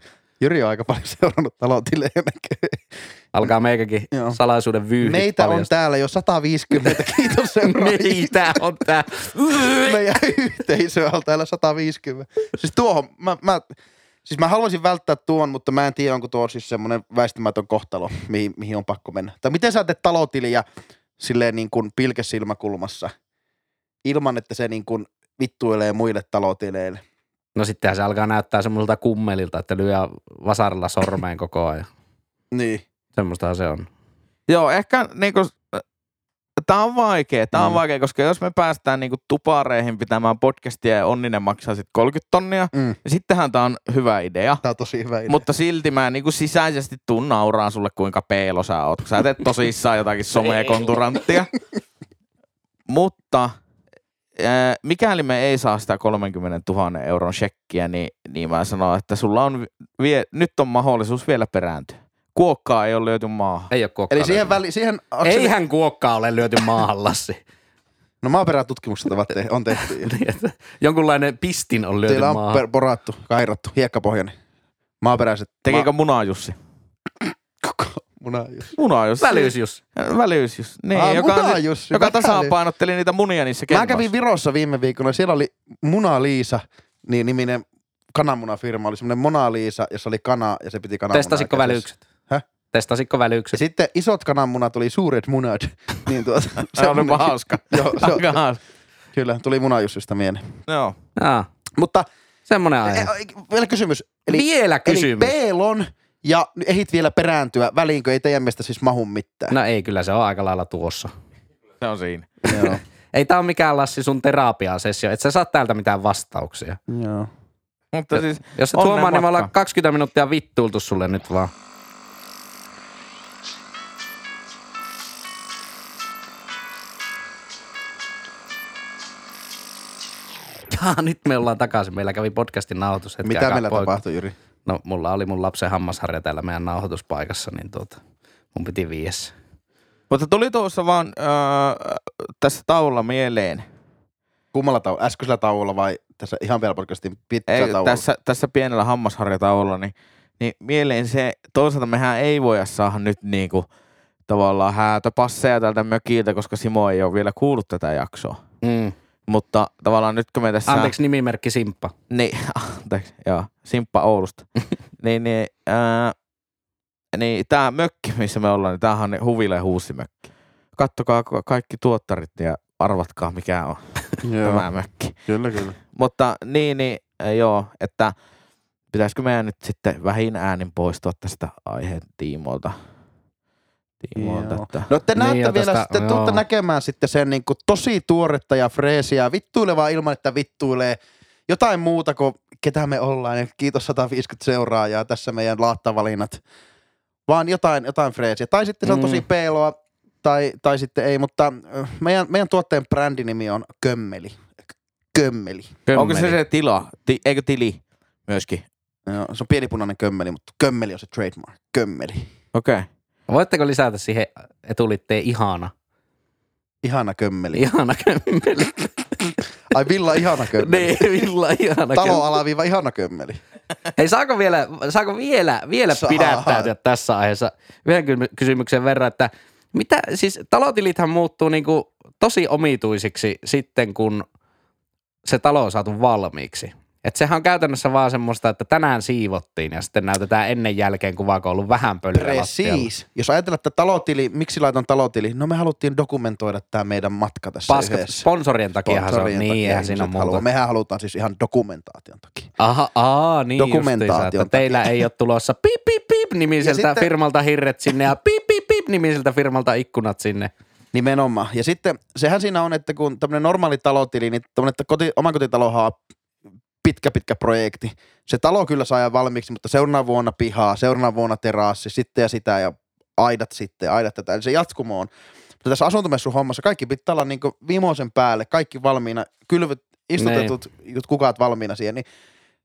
Speaker 1: Jyri on aika paljon seurannut talotilejä näköjään.
Speaker 2: Alkaa meikäkin
Speaker 1: Joo.
Speaker 2: salaisuuden vyyhdit
Speaker 1: Meitä on
Speaker 2: paljastua.
Speaker 1: täällä jo
Speaker 2: *laughs*
Speaker 1: 150, kiitos seuraajia.
Speaker 2: Meitä on tää.
Speaker 1: Meidän yhteisöä on täällä 150. Siis tuohon, mä, mä, siis mä haluaisin välttää tuon, mutta mä en tiedä, onko tuo siis semmoinen väistämätön kohtalo, mihin, mihin on pakko mennä. Tai miten sä teet talotiliä silleen niin kuin pilkesilmäkulmassa, ilman että se niin kuin vittuilee muille talotileille?
Speaker 2: No sittenhän se alkaa näyttää semmoiselta kummelilta, että lyö vasaralla sormeen koko ajan.
Speaker 1: Niin.
Speaker 2: Semmoistahan se on.
Speaker 4: Joo, ehkä niinku, tää on vaikea, tää on
Speaker 1: Mm.
Speaker 4: vaikea, koska jos me päästään niinku tupareihin pitämään podcastia ja Onninen maksaa sit 30 tonnia,
Speaker 1: Mm.
Speaker 4: niin sittenhän tää on hyvä idea.
Speaker 1: Tää on tosi hyvä idea.
Speaker 4: Mutta silti mä niinku sisäisesti tuun nauraan sulle, kuinka peelo sä oot. kun Sä teet tosissaan jotakin somekonturanttia. Mutta äh, mikäli me ei saa sitä 30 000 euron shekkiä, niin, niin mä sanon, että sulla on vie, nyt on mahdollisuus vielä perääntyä. Kuokkaa ei ole löyty maahan.
Speaker 2: Ei ole kuokkaa.
Speaker 1: Eli siihen,
Speaker 2: lyöty.
Speaker 1: väli, siihen
Speaker 2: Eihän kuokkaa ole lyöty
Speaker 1: *laughs*
Speaker 2: maahan, Lassi.
Speaker 1: No maaperätutkimukset ovat te- on
Speaker 2: *laughs*
Speaker 1: tehty. jo.
Speaker 2: Niin, että Jonkunlainen pistin on lyöty
Speaker 1: Teillä on
Speaker 2: maahan.
Speaker 1: per- porattu, kairattu, hiekkapohjainen. Maaperäiset.
Speaker 4: Tekikö munajussi?
Speaker 1: Ma- munajus.
Speaker 4: Munajussi.
Speaker 2: Välyys, Jussi.
Speaker 4: Välyysjus. Niin,
Speaker 1: Ah,
Speaker 4: joka,
Speaker 1: munajussi,
Speaker 4: joka
Speaker 1: välyys.
Speaker 4: tasapainotteli niitä munia niissä
Speaker 1: Mä
Speaker 4: kermassa.
Speaker 1: kävin Virossa viime viikolla, siellä oli Muna Liisa, niin niminen kananmunafirma, oli semmoinen Mona Liisa, jossa oli kana ja se piti kananmunaa.
Speaker 2: Testasitko
Speaker 1: kädessä.
Speaker 2: välyykset?
Speaker 1: Häh?
Speaker 2: Testasitko
Speaker 1: Ja
Speaker 2: välyykset?
Speaker 1: sitten isot kananmunat oli suuret
Speaker 4: *laughs*
Speaker 1: munat. niin tuota,
Speaker 4: Se on
Speaker 1: semmonen-
Speaker 4: jopa hauska.
Speaker 1: *laughs* Joo, se on,
Speaker 4: Aika hauska.
Speaker 1: kyllä, tuli munajussista mieleen.
Speaker 4: Joo.
Speaker 2: Jaa,
Speaker 1: Mutta
Speaker 2: semmoinen
Speaker 1: e-
Speaker 2: aihe.
Speaker 1: e- vielä kysymys.
Speaker 2: Vielä kysymys.
Speaker 1: Eli peelon ja ehdit vielä perääntyä väliinkö ei teidän mielestä siis mahu mitään.
Speaker 2: No ei, kyllä se on aika lailla tuossa.
Speaker 4: Se on siinä.
Speaker 1: Joo.
Speaker 2: Ei tää ole mikään Lassi sun terapiasessio, et sä saa täältä mitään vastauksia.
Speaker 1: Joo.
Speaker 4: Mutta siis
Speaker 2: Jos et
Speaker 4: onnen
Speaker 2: huomaa, niin me
Speaker 4: matkaan.
Speaker 2: ollaan 20 minuuttia vittuultu sulle nyt vaan. *laughs* Jaa, nyt me ollaan takaisin. Meillä kävi podcastin nauhoitus hetken
Speaker 1: Mitä
Speaker 2: aikaa
Speaker 1: meillä
Speaker 2: poikki.
Speaker 1: tapahtui, Jyri?
Speaker 2: No mulla oli mun lapsen hammasharja täällä meidän nauhoituspaikassa, niin tuota, mun piti viiä se.
Speaker 4: Mutta tuli tuossa vaan öö, tässä tauolla mieleen.
Speaker 1: Kummalla tauolla? Äskeisellä tauolla vai tässä ihan vielä podcastin
Speaker 4: Ei,
Speaker 1: pitkällä tauolla?
Speaker 4: tässä, tässä pienellä hammasharjatauolla, niin, niin mieleen se, toisaalta mehän ei voida saada nyt niinku tavallaan häätöpasseja tältä mökiltä, koska Simo ei ole vielä kuullut tätä jaksoa.
Speaker 2: Mm.
Speaker 4: Mutta tavallaan nyt kun me tässä...
Speaker 2: Anteeksi, nimimerkki Simppa.
Speaker 4: *laughs* Niin, anteeksi, joo. Simppa Oulusta. niin, niin, ää, niin tämä mökki, missä me ollaan, niin tämähän on huvila ja huusimökki. Kattokaa ka- kaikki tuottarit ja arvatkaa mikä on tämä mökki.
Speaker 1: kyllä, kyllä.
Speaker 4: Mutta niin, niin äh, joo, että pitäisikö meidän nyt sitten vähin äänin poistua tästä aiheen tiimoilta. tiimoilta
Speaker 1: Joo.
Speaker 4: että...
Speaker 1: No te
Speaker 2: Niin,
Speaker 1: näette
Speaker 2: ja
Speaker 1: niin, vielä
Speaker 2: tästä-
Speaker 1: tästä, sitten,
Speaker 2: joo.
Speaker 1: tuutte näkemään sitten sen niin kuin tosi tuoretta ja freesiä, vittuilevaa ilman, että vittuilee jotain muuta kuin ketä me ollaan. Ja kiitos 150 seuraajaa, tässä meidän laattavalinnat. Vaan jotain, jotain freesiä. Tai sitten se on tosi
Speaker 4: Mm.
Speaker 1: peiloa, tai, tai sitten ei, mutta äh, meidän, meidän tuotteen brändinimi on Kömmeli. K- Kömmeli.
Speaker 4: Onko se se tila, ti, eikö tili myöskin?
Speaker 1: Joo, se on pienipunainen kömmeli, mutta kömmeli on se trademark. Kömmeli.
Speaker 4: Okei. Okay.
Speaker 2: Voitteko lisätä siihen etulitteen ihana?
Speaker 1: Ihana kömmeli.
Speaker 2: Ihana kömmeli.
Speaker 1: Ai villa
Speaker 2: *laughs*
Speaker 1: ihana kömmeli.
Speaker 2: niin, villa ihana
Speaker 1: Talo
Speaker 2: kömmeli.
Speaker 1: alaviiva ihana kömmeli.
Speaker 2: Hei, saako vielä, saako vielä, vielä
Speaker 1: Saa.
Speaker 2: pidättäytyä tässä aiheessa yhden ky- kysymyksen verran, että mitä, siis talotilithän muuttuu niinku tosi omituisiksi sitten, kun se talo on saatu valmiiksi. Et sehän on käytännössä vaan semmoista, että tänään siivottiin ja sitten näytetään ennen jälkeen kuvaa, kun on ollut vähän pölyä lattialla.
Speaker 1: Precis. Jos ajatellaan, että talotili, miksi laitan talotili? No me haluttiin dokumentoida tämä meidän matka tässä
Speaker 2: Paska,
Speaker 1: yhdessä.
Speaker 2: sponsorien takiahan se on,
Speaker 1: Sponsorien
Speaker 2: niin
Speaker 1: takia
Speaker 2: eihän siinä
Speaker 1: ihmiset
Speaker 2: ole
Speaker 1: haluaa.
Speaker 2: muuta.
Speaker 1: Mehän halutaan siis ihan dokumentaation takia.
Speaker 2: Aha, aa, niin justiinsa, että
Speaker 1: Dokumentaation
Speaker 2: teillä ei ole tulossa pip pip pip nimiseltä
Speaker 1: Ja sitten-
Speaker 2: firmalta hirret sinne ja pip pip pip nimiseltä firmalta ikkunat sinne.
Speaker 1: Nimenomaan. Ja sitten sehän siinä on, että kun tämmöinen normaali talotili, niin tämmöinen että koti, omakotitalohan on pitkä, pitkä projekti. Se talo kyllä saa ajan valmiiksi, mutta seuraavana vuonna pihaa, seuraavana vuonna terassi, sitten ja sitä ja aidat sitten, aidat tätä. Eli se jatkumo on. Mutta tässä asuntomessun hommassa kaikki pitää olla niin vimoisen päälle, kaikki valmiina, kylvyt, istutetut, jut kukaat valmiina siihen. Niin,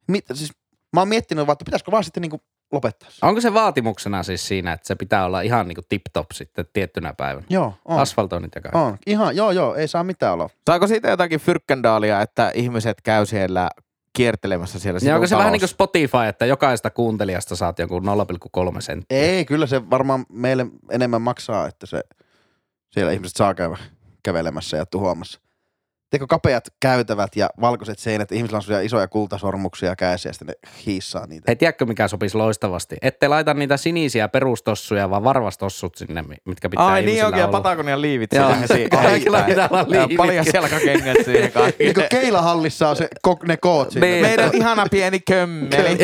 Speaker 1: mit, siis, mä oon miettinyt vaan, että pitäisikö vaan sitten niin lopettaa se.
Speaker 2: Onko se vaatimuksena siis siinä, että se pitää olla ihan niinku tip-top sitten tiettynä päivänä?
Speaker 1: Joo, on.
Speaker 2: Asfaltoinnit ja kaikki.
Speaker 1: on. Ihan, joo, joo, ei saa mitään olla.
Speaker 4: Saako siitä jotakin fyrkkendaalia, että ihmiset käy siellä kiertelemässä siellä
Speaker 2: Niin
Speaker 4: sinun
Speaker 2: onko se vähän niin kuin
Speaker 4: talossa?
Speaker 2: Spotify, että jokaista kuuntelijasta saat jonkun 0,3 senttiä?
Speaker 1: Ei, kyllä se varmaan meille enemmän maksaa, että se siellä ihmiset saa käydä kävelemässä ja tuhoamassa. Teikö kapeat käytävät ja valkoiset seinät, ihmisillä on sellaisia isoja kultasormuksia kädessä ja sitten ne hiissaa niitä.
Speaker 2: Hei, tiedätkö mikä sopisi loistavasti? Ette laita niitä sinisiä perustossuja, vaan varvastossut sinne, mi- mitkä pitää
Speaker 4: Ai niin onkin, ja
Speaker 2: olla.
Speaker 4: Patagonian liivit
Speaker 2: Joo.
Speaker 4: sinne
Speaker 2: *laughs*
Speaker 4: siihen.
Speaker 2: Kaikilla pitää olla
Speaker 4: Ja
Speaker 2: liivit.
Speaker 4: Paljon selkäkengät
Speaker 2: *laughs*
Speaker 4: siihen kaikki.
Speaker 1: Niin kuin keilahallissa on se, ko- ne koot siinä.
Speaker 2: Me-
Speaker 4: Meidän ihana pieni kömmeli.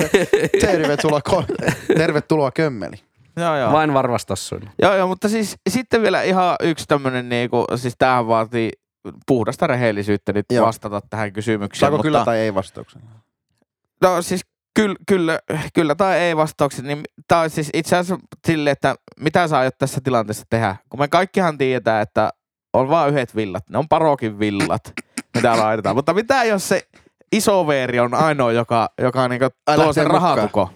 Speaker 1: tervetuloa, ko- tervetuloa kömmeli.
Speaker 4: joo, joo.
Speaker 2: Vain varvastossuilla.
Speaker 4: Joo, joo, mutta siis sitten vielä ihan yksi tämmönen niinku, siis tämähän vaatii puhdasta rehellisyyttä nyt
Speaker 1: Joo.
Speaker 4: vastata tähän kysymykseen.
Speaker 1: Saako
Speaker 4: mutta,
Speaker 1: kyllä tai ei vastauksen?
Speaker 4: No siis kyllä, kyllä, kyllä tai ei vastaukset, niin tai siis itse asiassa sille, että mitä sä aiot tässä tilanteessa tehdä? Kun me kaikkihan tietää, että on vaan yhdet villat, ne on parokin villat, mitä laitetaan. Mutta mitä jos se iso veeri on ainoa, joka, joka niinku
Speaker 1: Ai,
Speaker 4: tuo
Speaker 1: lähtee
Speaker 4: sen
Speaker 1: mukaan.
Speaker 4: rahatuko?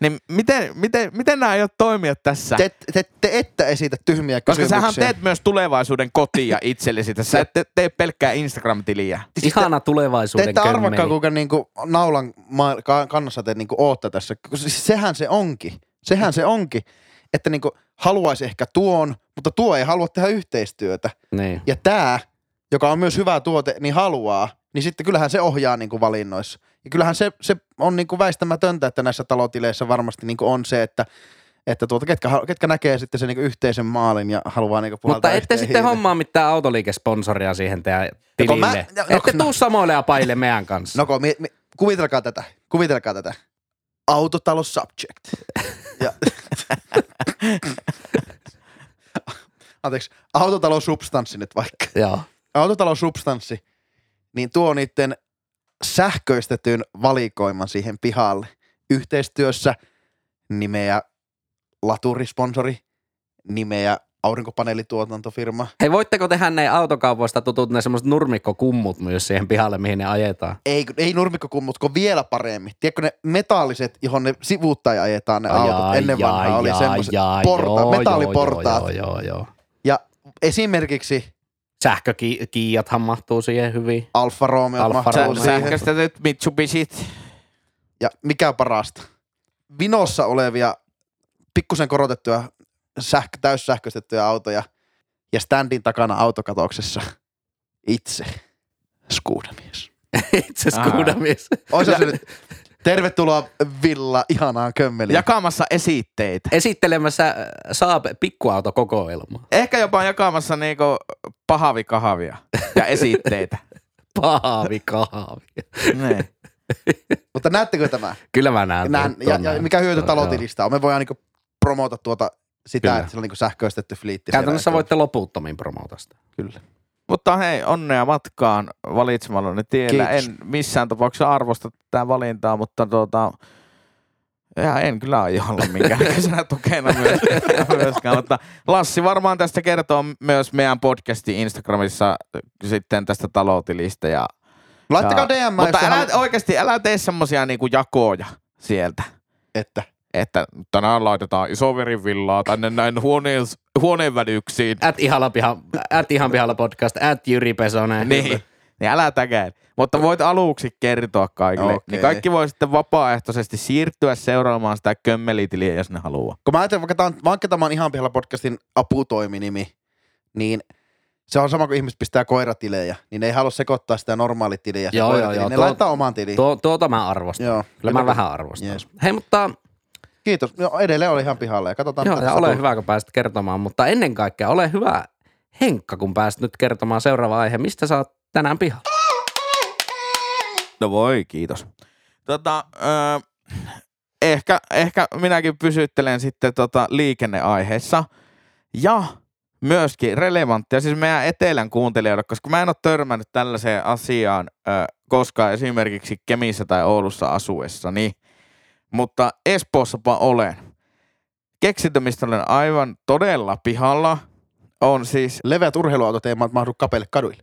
Speaker 4: Niin miten, miten, miten nämä aiot toimia tässä?
Speaker 1: Te, te, te ette esitä tyhmiä
Speaker 4: Koska
Speaker 1: kysymyksiä.
Speaker 4: sähän teet myös tulevaisuuden kotia itsellesi. Tässä sä et te- tee pelkkää Instagram-tiliä.
Speaker 2: Ihana
Speaker 1: Te
Speaker 2: tulevaisuuden
Speaker 1: ette arvakaan,
Speaker 2: kömmeli.
Speaker 1: kuinka niinku naulan ma- ka- kannassa te niinku ootte tässä. Kun siis Sehän se onkin. Sehän se onkin, että niinku haluaisi ehkä tuon, mutta tuo ei halua tehdä yhteistyötä.
Speaker 2: Niin.
Speaker 1: Ja tämä, joka on myös hyvä tuote, niin haluaa, niin sitten kyllähän se ohjaa niinku valinnoissa. Ja kyllähän se, se on niinku väistämätöntä, että näissä talotileissä varmasti niinku on se, että että tuota, ketkä, hal- ketkä näkee sitten sen niinku yhteisen maalin ja haluaa niinku puhaltaa
Speaker 2: Mutta ette
Speaker 1: yhteen
Speaker 2: sitten
Speaker 1: hiileen.
Speaker 2: hommaa mitään autoliikesponsoria siihen teidän
Speaker 1: No kun
Speaker 2: tilille.
Speaker 1: mä-
Speaker 2: Mä,
Speaker 1: no-
Speaker 2: ette
Speaker 1: no-
Speaker 2: tuu samoille apaille meidän kanssa.
Speaker 1: No kun, mi, mi, kuvitelkaa tätä, kuvitelkaa tätä. Autotalo subject. Ja, *laughs* anteeksi, autotalo substanssi nyt vaikka.
Speaker 2: Joo.
Speaker 1: Autotalo substanssi, niin tuo niiden sähköistetyn valikoiman siihen pihalle. Yhteistyössä nimeä laturisponsori, nimeä aurinkopaneelituotantofirma.
Speaker 2: Hei, voitteko tehdä ne autokaupoista tutut ne semmoiset nurmikkokummut myös siihen pihalle, mihin ne ajetaan?
Speaker 1: Ei, ei nurmikkokummut, kun vielä paremmin. Tiedätkö ne metalliset, johon ne sivuuttaa ja ajetaan ne
Speaker 2: Ai,
Speaker 1: autot.
Speaker 2: ai,
Speaker 1: Ennen vanhaa
Speaker 2: ai,
Speaker 1: oli
Speaker 2: ai,
Speaker 1: semmoiset
Speaker 2: ai,
Speaker 1: porta-
Speaker 2: joo,
Speaker 1: metalliportaat.
Speaker 2: Joo, joo, joo, joo.
Speaker 1: Ja esimerkiksi
Speaker 2: Sähkökiijathan mahtuu siihen hyvin. *laughs*
Speaker 1: Alfa Romeo
Speaker 2: Alfa
Speaker 1: mahtuu
Speaker 2: Romeo.
Speaker 1: siihen.
Speaker 4: Sähköstetyt Mitsubishit.
Speaker 1: Ja mikä parasta? Vinossa olevia pikkusen korotettuja sähkö, täyssähköistettyjä autoja ja standin takana autokatoksessa itse skuudamies.
Speaker 2: Itse
Speaker 4: Aa.
Speaker 2: skuudamies.
Speaker 1: Ois se nyt Tervetuloa Villa ihanaan kömmeliin.
Speaker 4: Jakamassa esitteitä.
Speaker 2: Esittelemässä äh, Saab pikkuautokokoelma.
Speaker 4: Ehkä jopa jakamassa niinku pahavikahvia ja
Speaker 1: *laughs*
Speaker 4: esitteitä.
Speaker 2: Paavi kahvi.
Speaker 4: niin.
Speaker 1: Mutta näettekö tämä?
Speaker 2: Kyllä mä näen.
Speaker 1: Näen,
Speaker 2: tuon,
Speaker 1: ja,
Speaker 2: tuon
Speaker 1: ja,
Speaker 2: näen.
Speaker 1: mikä hyöty
Speaker 2: Tuon, joo.
Speaker 1: taloutilista on? Me voidaan niinku promota tuota sitä,
Speaker 2: Kyllä.
Speaker 1: että sillä on niinku sähköistetty fliitti. siellä.
Speaker 2: Käytännössä voitte loputtomiin promota sitä.
Speaker 1: Kyllä.
Speaker 4: Mutta hei, onnea matkaan valitsemalla ne tiellä.
Speaker 1: Kiitos.
Speaker 4: En missään tapauksessa arvosta tätä valintaa, mutta tuota, ja en kyllä aio olla
Speaker 1: *laughs*
Speaker 4: minkäänlaisena tukena myöskään, myöskään, mutta Lassi varmaan tästä kertoo myös meidän podcastin Instagramissa äh, sitten tästä taloutilista. Ja,
Speaker 1: Laittakaa
Speaker 4: ja,
Speaker 1: DM,
Speaker 4: Mutta
Speaker 1: jos te
Speaker 4: älä,
Speaker 1: haluat-
Speaker 4: oikeasti älä tee semmosia niinku jakoja sieltä
Speaker 1: että.
Speaker 4: että tänään laitetaan isoverin villaa tänne näin huoneen, huoneen välyksiin.
Speaker 2: At ihan, piha, at ihan pihalla podcast, at Jyri Pesonen.
Speaker 4: Niin. Niin älä täkään. Mutta voit aluksi kertoa kaikille. Okay.
Speaker 1: Okei.
Speaker 4: Niin kaikki voi sitten vapaaehtoisesti siirtyä seuraamaan sitä kömmelitiliä, jos ne haluaa.
Speaker 1: Kun mä ajattelen, vaikka tämä on, vaikka tämä on ihan pihalla podcastin aputoiminimi, niin se on sama kuin ihmiset pistää koiratilejä, niin ne ei halua sekoittaa sitä normaalitilejä.
Speaker 2: Joo, joo, joo.
Speaker 1: Ne
Speaker 2: Tuo-
Speaker 1: laittaa oman tiliin.
Speaker 2: Tuo, tuota mä arvostan.
Speaker 1: Joo.
Speaker 2: Kyllä mä
Speaker 1: Kiitos.
Speaker 2: vähän arvostan.
Speaker 1: Jees.
Speaker 2: Hei, mutta
Speaker 1: Kiitos. Joo, edelleen oli ihan pihalla ja katsotaan.
Speaker 2: joo,
Speaker 1: mitä
Speaker 2: ja
Speaker 1: tästä
Speaker 2: ole
Speaker 1: tulee.
Speaker 2: hyvä, kun pääsit kertomaan. Mutta ennen kaikkea ole hyvä Henkka, kun pääsit nyt kertomaan seuraava aihe. Mistä sä oot tänään pihalla?
Speaker 4: No voi, kiitos. Tota, ö, ehkä, ehkä minäkin pysyttelen sitten tota liikenneaiheessa. Ja myöskin relevanttia, siis meidän etelän kuuntelijoille, koska mä en ole törmännyt tällaiseen asiaan ö, koskaan esimerkiksi Kemissä tai Oulussa asuessani. Mutta Espoossapa olen. Keksintö, mistä olen aivan todella pihalla, on siis
Speaker 1: Leveät urheiluautot ei mahdu kapeille kaduille.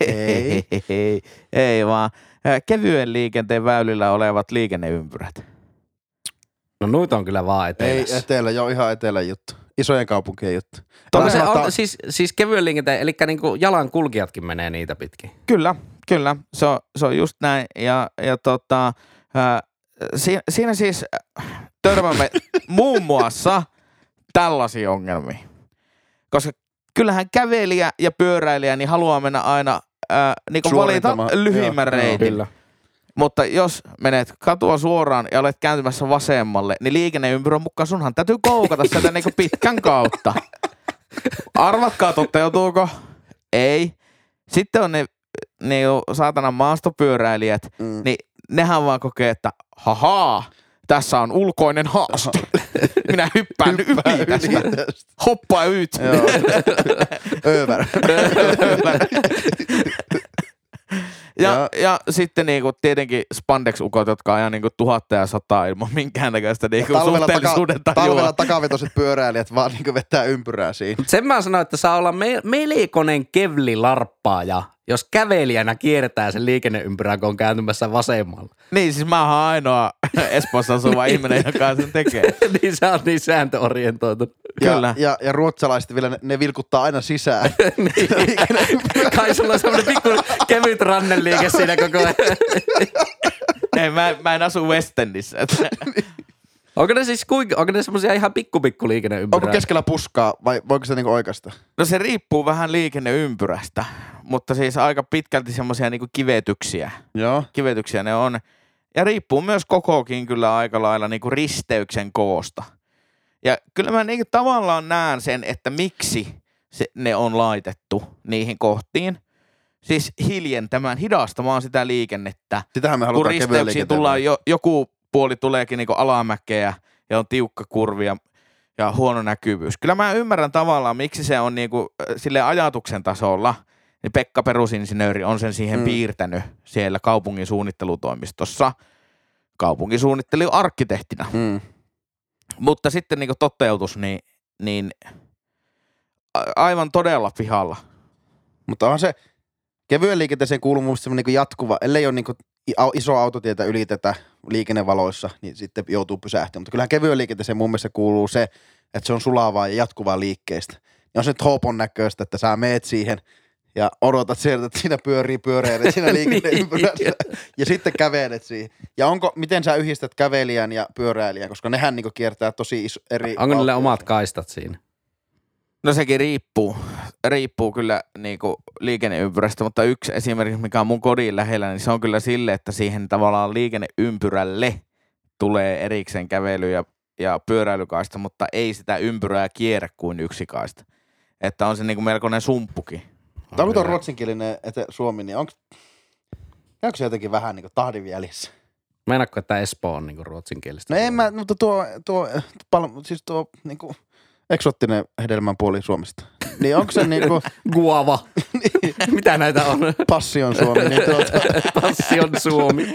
Speaker 1: Ei.
Speaker 4: ei, *laughs* ei vaan Ö, kevyen liikenteen väylillä olevat liikenneympyrät.
Speaker 2: No noita on kyllä vaan
Speaker 1: Ei
Speaker 2: etelässä.
Speaker 1: etelä, joo ihan etelä juttu. Isojen kaupunkien juttu.
Speaker 2: Mutta se
Speaker 1: Todella-
Speaker 2: on, siis, siis kevyen liikenteen, eli niinku jalankulkijatkin menee niitä pitkin.
Speaker 4: Kyllä, kyllä. Se on, se on just näin. Ja, ja tota, ää, siinä, siinä siis äh, *laughs* törmäämme muun muassa tällaisia ongelmia. Koska kyllähän kävelijä ja pyöräilijä niin haluaa mennä aina ää, niin kuin valita
Speaker 1: Suorintamaan.
Speaker 4: lyhimmän
Speaker 1: Joo, joo.
Speaker 4: reitin. Mutta jos menet katua suoraan ja olet kääntymässä vasemmalle, niin liikenneympyrän mukaan sunhan täytyy koukata sieltä niinku pitkän kautta. Arvatkaa toteutuuko? Ei. Sitten on ne, ne jo saatanan maastopyöräilijät,
Speaker 1: Mm.
Speaker 4: niin nehän vaan kokee, että hahaa, tässä on ulkoinen haaste. Minä hyppään, hyppään yli tästä.
Speaker 1: tästä.
Speaker 4: Hoppaa yt.
Speaker 1: Joo. *laughs* Över.
Speaker 4: Ja, ja sitten niinku tietenkin spandex-ukot, jotka ajaa niinku tuhatta ja sataa ilman minkäännäköistä niinku
Speaker 1: Talvella,
Speaker 4: suhteellisuuden
Speaker 1: taka,
Speaker 4: tajua.
Speaker 1: talvella takavetoiset pyöräilijät vaan niinku vetää ympyrää siinä.
Speaker 2: Mut sen mä sanoin, että saa olla me- melkoinen kevlilarppaaja, jos kävelijänä kiertää sen liikenneympyrän, kun on kääntymässä vasemmalle.
Speaker 4: Niin, siis mä oon
Speaker 1: *laughs*
Speaker 4: ainoa Espoossa asuva ihminen, joka sen tekee.
Speaker 2: *laughs* niin sä oot niin sääntöorientoitunut. *laughs*
Speaker 1: Ja,
Speaker 4: Kyllä.
Speaker 1: Ja, ja ruotsalaiset vielä, ne, ne vilkuttaa aina sisään.
Speaker 2: Niin.
Speaker 1: *laughs*
Speaker 2: Kai sulla on semmoinen pikku kevyt ranneliike siinä koko ajan. *laughs*
Speaker 4: Ei, mä, mä en asu West Endissä.
Speaker 1: *laughs*
Speaker 4: että-
Speaker 2: Onko ne siis kuinka, onko ne semmoisia ihan pikkupikku
Speaker 1: Onko
Speaker 2: liikenneympyrää?
Speaker 1: keskellä puskaa vai voiko se niinku oikeasta?
Speaker 4: No se riippuu vähän liikenneympyrästä, mutta siis aika pitkälti semmoisia niinku kivetyksiä.
Speaker 1: Joo.
Speaker 4: Kivetyksiä ne on. Ja riippuu myös kokokin kyllä aika lailla niinku risteyksen koosta. Ja kyllä mä niinku tavallaan näen sen, että miksi se, ne on laitettu niihin kohtiin. Siis hiljentämään, hidastamaan sitä liikennettä.
Speaker 1: Sitähän me
Speaker 4: kun
Speaker 1: halutaan kevyen
Speaker 4: risteyksiin tullaan,
Speaker 1: liikenteen.
Speaker 4: jo, joku puoli tuleekin niinku alamäkeä ja on tiukka kurvi ja, ja huono näkyvyys. Kyllä mä ymmärrän tavallaan, miksi se on niinku, äh, sille ajatuksen tasolla, niin Pekka perusinsinööri on sen siihen
Speaker 1: Mm.
Speaker 4: mm. piirtänyt siellä kaupungin suunnittelutoimistossa kaupunkisuunnittelu arkkitehtina.
Speaker 1: Mm.
Speaker 4: Mutta sitten niinku toteutus, niin, niin a- aivan todella pihalla.
Speaker 1: Mutta onhan se kevyen liikenteeseen kuuluu mun mielestä semmoinen niin jatkuva, ellei ole niin iso autotietä ylitetä liikennevaloissa, niin sitten joutuu pysähtymään. Mutta kyllähän kevyen liikenteeseen mun mielestä kuuluu se, että se on sulavaa ja jatkuvaa liikkeestä. Ja on se nyt hoopon näköistä, että sä meet siihen ja odotat sieltä, että siinä pyörii pyöreä siinä liikenneympyrässä. ja sitten kävelet siihen. Ja onko, miten sä yhdistät kävelijän ja pyöräilijän, koska nehän niin kiertää niinku tosi iso, eri...
Speaker 2: Onko niille
Speaker 1: valtioita.
Speaker 2: omat kaistat siinä?
Speaker 4: No sekin riippuu. Riippuu kyllä niin kuin liikenneympyrästä, mutta yksi esimerkiksi, mikä on mun kodin lähellä, niin se on kyllä sille, että siihen tavallaan liikenneympyrälle tulee erikseen kävely ja, ja pyöräilykaista, mutta ei sitä ympyrää kierrä kuin yksi kaista. Että on se niin kuin melkoinen sumppukin.
Speaker 1: Tämä on kun tuo ruotsinkielinen etä Suomi, niin onko Käykö se jotenkin vähän niin tahdin välissä?
Speaker 2: Meinaatko, että Espoo on niinku ruotsinkielistä?
Speaker 1: No en mä, mutta tuo, tuo, pal, siis tuo niin kuin, eksoottinen hedelmän puoli Suomesta. Niin onko se niin *laughs* kuin
Speaker 2: Guava.
Speaker 1: Niin.
Speaker 2: Mitä näitä
Speaker 1: *laughs*
Speaker 2: on?
Speaker 1: passion Suomi, niin *laughs* tuota,
Speaker 2: Passion Suomi.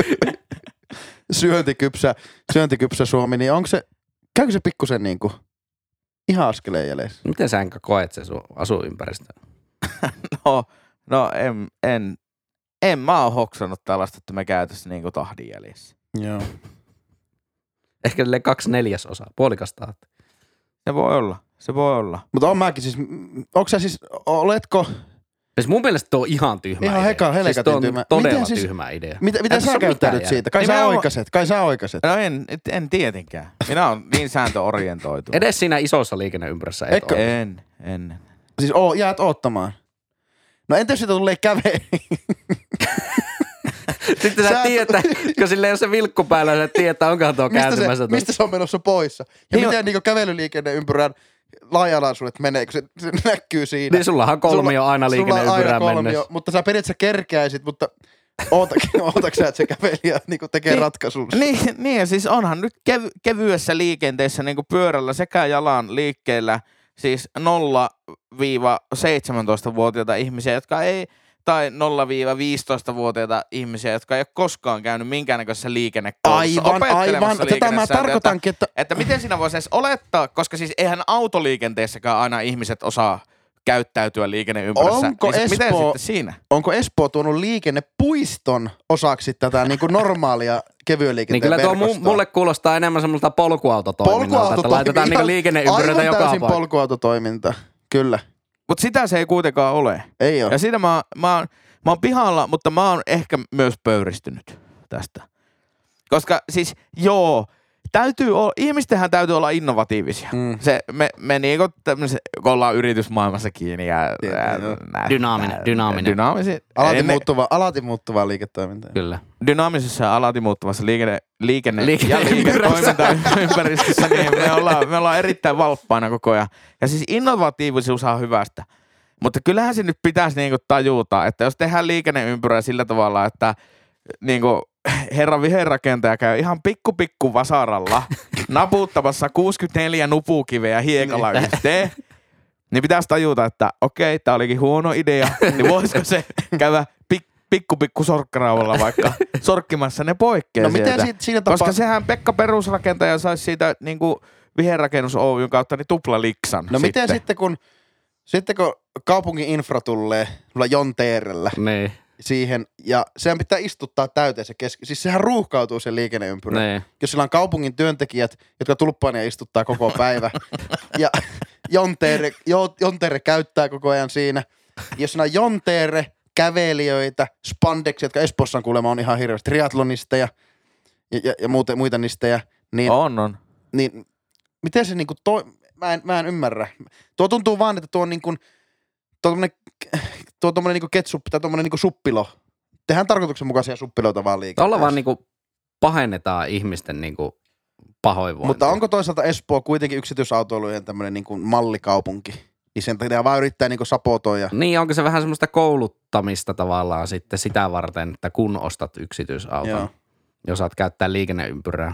Speaker 1: syöntikypsä, syöntikypsä Suomi, niin onko se, käykö se pikkusen niin kuin ihan askeleen jäljessä?
Speaker 2: Miten sä Henkka koet se sun asuympäristö?
Speaker 4: No, no en, en, en mä oo hoksannut tällaista, että me käytäisiin niin kuin tahdin jäljessä.
Speaker 1: Joo.
Speaker 2: Ehkä silleen kaksi neljäsosaa, puolikas tahti.
Speaker 4: Se voi olla, se voi olla.
Speaker 1: Mutta on mäkin siis, onko sä siis, oletko,
Speaker 2: Siis mun mielestä tuo on ihan tyhmä
Speaker 1: Ihan
Speaker 2: idea.
Speaker 1: heka-
Speaker 2: siis tuo
Speaker 1: helkatin
Speaker 2: on
Speaker 1: tyhmä.
Speaker 2: todella
Speaker 1: Miten siis-
Speaker 2: tyhmä idea.
Speaker 1: mitä, mitä
Speaker 2: Ei tässä
Speaker 1: sä
Speaker 2: ole
Speaker 1: käyttäydyt
Speaker 2: mitään
Speaker 1: siitä? Kai
Speaker 4: Ei
Speaker 1: sä
Speaker 4: mä oo-
Speaker 1: oikaset, kai sä oikaset.
Speaker 4: No en, et- en tietenkään. Minä olen niin sääntöorientoitu.
Speaker 2: Edes siinä isossa liikenneympyrässä et
Speaker 1: Eikö?
Speaker 2: ole.
Speaker 4: En, en.
Speaker 1: Siis oo, jäät oottamaan. No entä jos siitä tulee käve?
Speaker 2: Sitten sä,
Speaker 1: Sä-
Speaker 2: tietää, kun sille jos se vilkku päällä, sä tietää, onkohan
Speaker 1: *laughs*
Speaker 2: tuo
Speaker 1: mistä, se,
Speaker 2: kääntymässä. tuossa.
Speaker 1: mistä se on menossa poissa? Ja
Speaker 4: Niin
Speaker 1: niin
Speaker 4: on-
Speaker 1: miten on... niinku kävelyliikenneympyrän laaja-alaisuudet menee, kun se, se näkyy siinä.
Speaker 2: Niin sullahan kolmi on aina
Speaker 1: sulla on
Speaker 2: liikenneympyrään mennessä.
Speaker 1: mutta sä periaatteessa kerkäisit, mutta
Speaker 2: *laughs*
Speaker 1: ootakin, ootakin sä, että se kävelijä niinku tekee
Speaker 4: Niin.
Speaker 1: ratkaisun.
Speaker 4: Niin, niin ja siis onhan nyt kev- kevyessä liikenteessä niin pyörällä sekä jalan liikkeellä siis 0-17-vuotiaita ihmisiä, jotka ei, tai 0-15-vuotiaita ihmisiä, jotka ei ole koskaan käynyt minkäännäköisessä liikennekoulussa
Speaker 1: Aivan, aivan.
Speaker 4: opettelemassa
Speaker 1: Tätä mä
Speaker 4: liikennesääntöjä,
Speaker 1: tarkoitankin, että
Speaker 4: Että miten sinä voisi edes olettaa, koska siis eihän autoliikenteessäkään aina ihmiset osaa käyttäytyä liikenneympyrässä.
Speaker 1: Onko
Speaker 4: niin sit miten
Speaker 1: Espoo-
Speaker 4: sitten siinä?
Speaker 1: onko Espoo tuonut liikennepuiston osaksi tätä niinku normaalia kevyen
Speaker 2: Niin
Speaker 1: liikenteen
Speaker 2: kyllä tuo mu-
Speaker 1: verkostoa?
Speaker 2: mulle kuulostaa enemmän semmoista polkuautotoiminnalta, että
Speaker 1: Polkuautotoiminta.
Speaker 2: laitetaan niinku
Speaker 1: Ihan-
Speaker 2: liikenneympyröitä
Speaker 1: Aivan
Speaker 2: joka
Speaker 1: täysin
Speaker 2: paikkaan.
Speaker 1: polkuautotoiminta, kyllä.
Speaker 4: Mutta sitä se ei kuitenkaan ole.
Speaker 1: Ei ole.
Speaker 4: Ja siinä mä, mä, oon, mä oon pihalla, mutta mä oon ehkä myös pöyristynyt tästä. Koska siis joo, täytyy olla, ihmistenhän täytyy olla innovatiivisia.
Speaker 1: Mm.
Speaker 4: Se, me, me niinku tämmöse- kun ollaan yritysmaailmassa kiinni ja...
Speaker 1: Tietenkin, joo.
Speaker 4: nä-
Speaker 2: Dynaaminen,
Speaker 4: nä-
Speaker 2: dynaaminen.
Speaker 4: Dynaamisi,
Speaker 1: Alati,
Speaker 4: emme-
Speaker 1: muuttuva, alati muuttuvaa No liiketoimintaa.
Speaker 2: Kyllä.
Speaker 4: dynaamisessa ja alati muuttuvassa liikenne, liikenne,
Speaker 2: Liikenne-
Speaker 4: liikenne- ja liiketoimintaympäristössä, niin me ollaan, me ollaan erittäin valppaana koko ajan. Ja siis innovatiivisuus on hyvästä. Mutta kyllähän se nyt pitäisi niinku tajuta, että jos tehdään liikenneympyrää sillä tavalla, että niinku herra viherrakentaja käy ihan pikku
Speaker 1: *laughs*
Speaker 4: pikku vasaralla naputtamassa 64 nupukiveä hiekalla
Speaker 1: Niin.
Speaker 4: yhteen, niin pitäisi tajuta, että okei, tämä olikin huono idea, niin voisiko se käydä pik, pikku pikku sorkkaraavalla vaikka sorkkimassa ne poikkeen
Speaker 1: No
Speaker 4: sieltä.
Speaker 1: miten siitä, siinä
Speaker 4: Koska
Speaker 1: tapaa...
Speaker 4: sehän Pekka perusrakentaja saisi siitä niin kuin viherrakennus Oyn kautta niin tupla liksan.
Speaker 1: No miten sitten kun, sitten kun kaupungin infra tulee sulla Jonteerellä
Speaker 2: Niin,
Speaker 1: siihen, ja sehän pitää istuttaa täyteen se keski. Siis sehän ruuhkautuu se liikenneympyrä.
Speaker 2: niin.
Speaker 1: Jos sillä on kaupungin työntekijät, jotka tulppaan ja istuttaa koko päivä, ja Jonteere, jo, Jonteere käyttää koko ajan siinä. Jos siinä on Jonteere, kävelijöitä, spandeksi, jotka Espoossa on kuulemma on ihan hirveästi, triatlonisteja ja, ja, ja muuten, muita nistejä, niin
Speaker 4: On, on.
Speaker 1: niin miten se niinku toi, mä en, mä en ymmärrä. Tuo tuntuu vaan, että tuo on niinku, tuo tommonen, tuo tommonen niinku ketsup, tai tommonen niinku suppilo. Tehän tarkoituksenmukaisia suppiloita vaan liikaa.
Speaker 2: Tuolla vaan niinku pahennetaan ihmisten niinku pahoinvointia.
Speaker 1: Mutta onko toisaalta Espoo kuitenkin yksityisautoilujen tämmönen niinku mallikaupunki? Niin sen takia vaan yrittää niinku sapotoida.
Speaker 2: Niin, onko se vähän semmoista kouluttamista tavallaan sitten sitä varten, että kun ostat yksityisauton, Joo.
Speaker 1: Joo.
Speaker 2: ja osaat käyttää liikenneympyrää.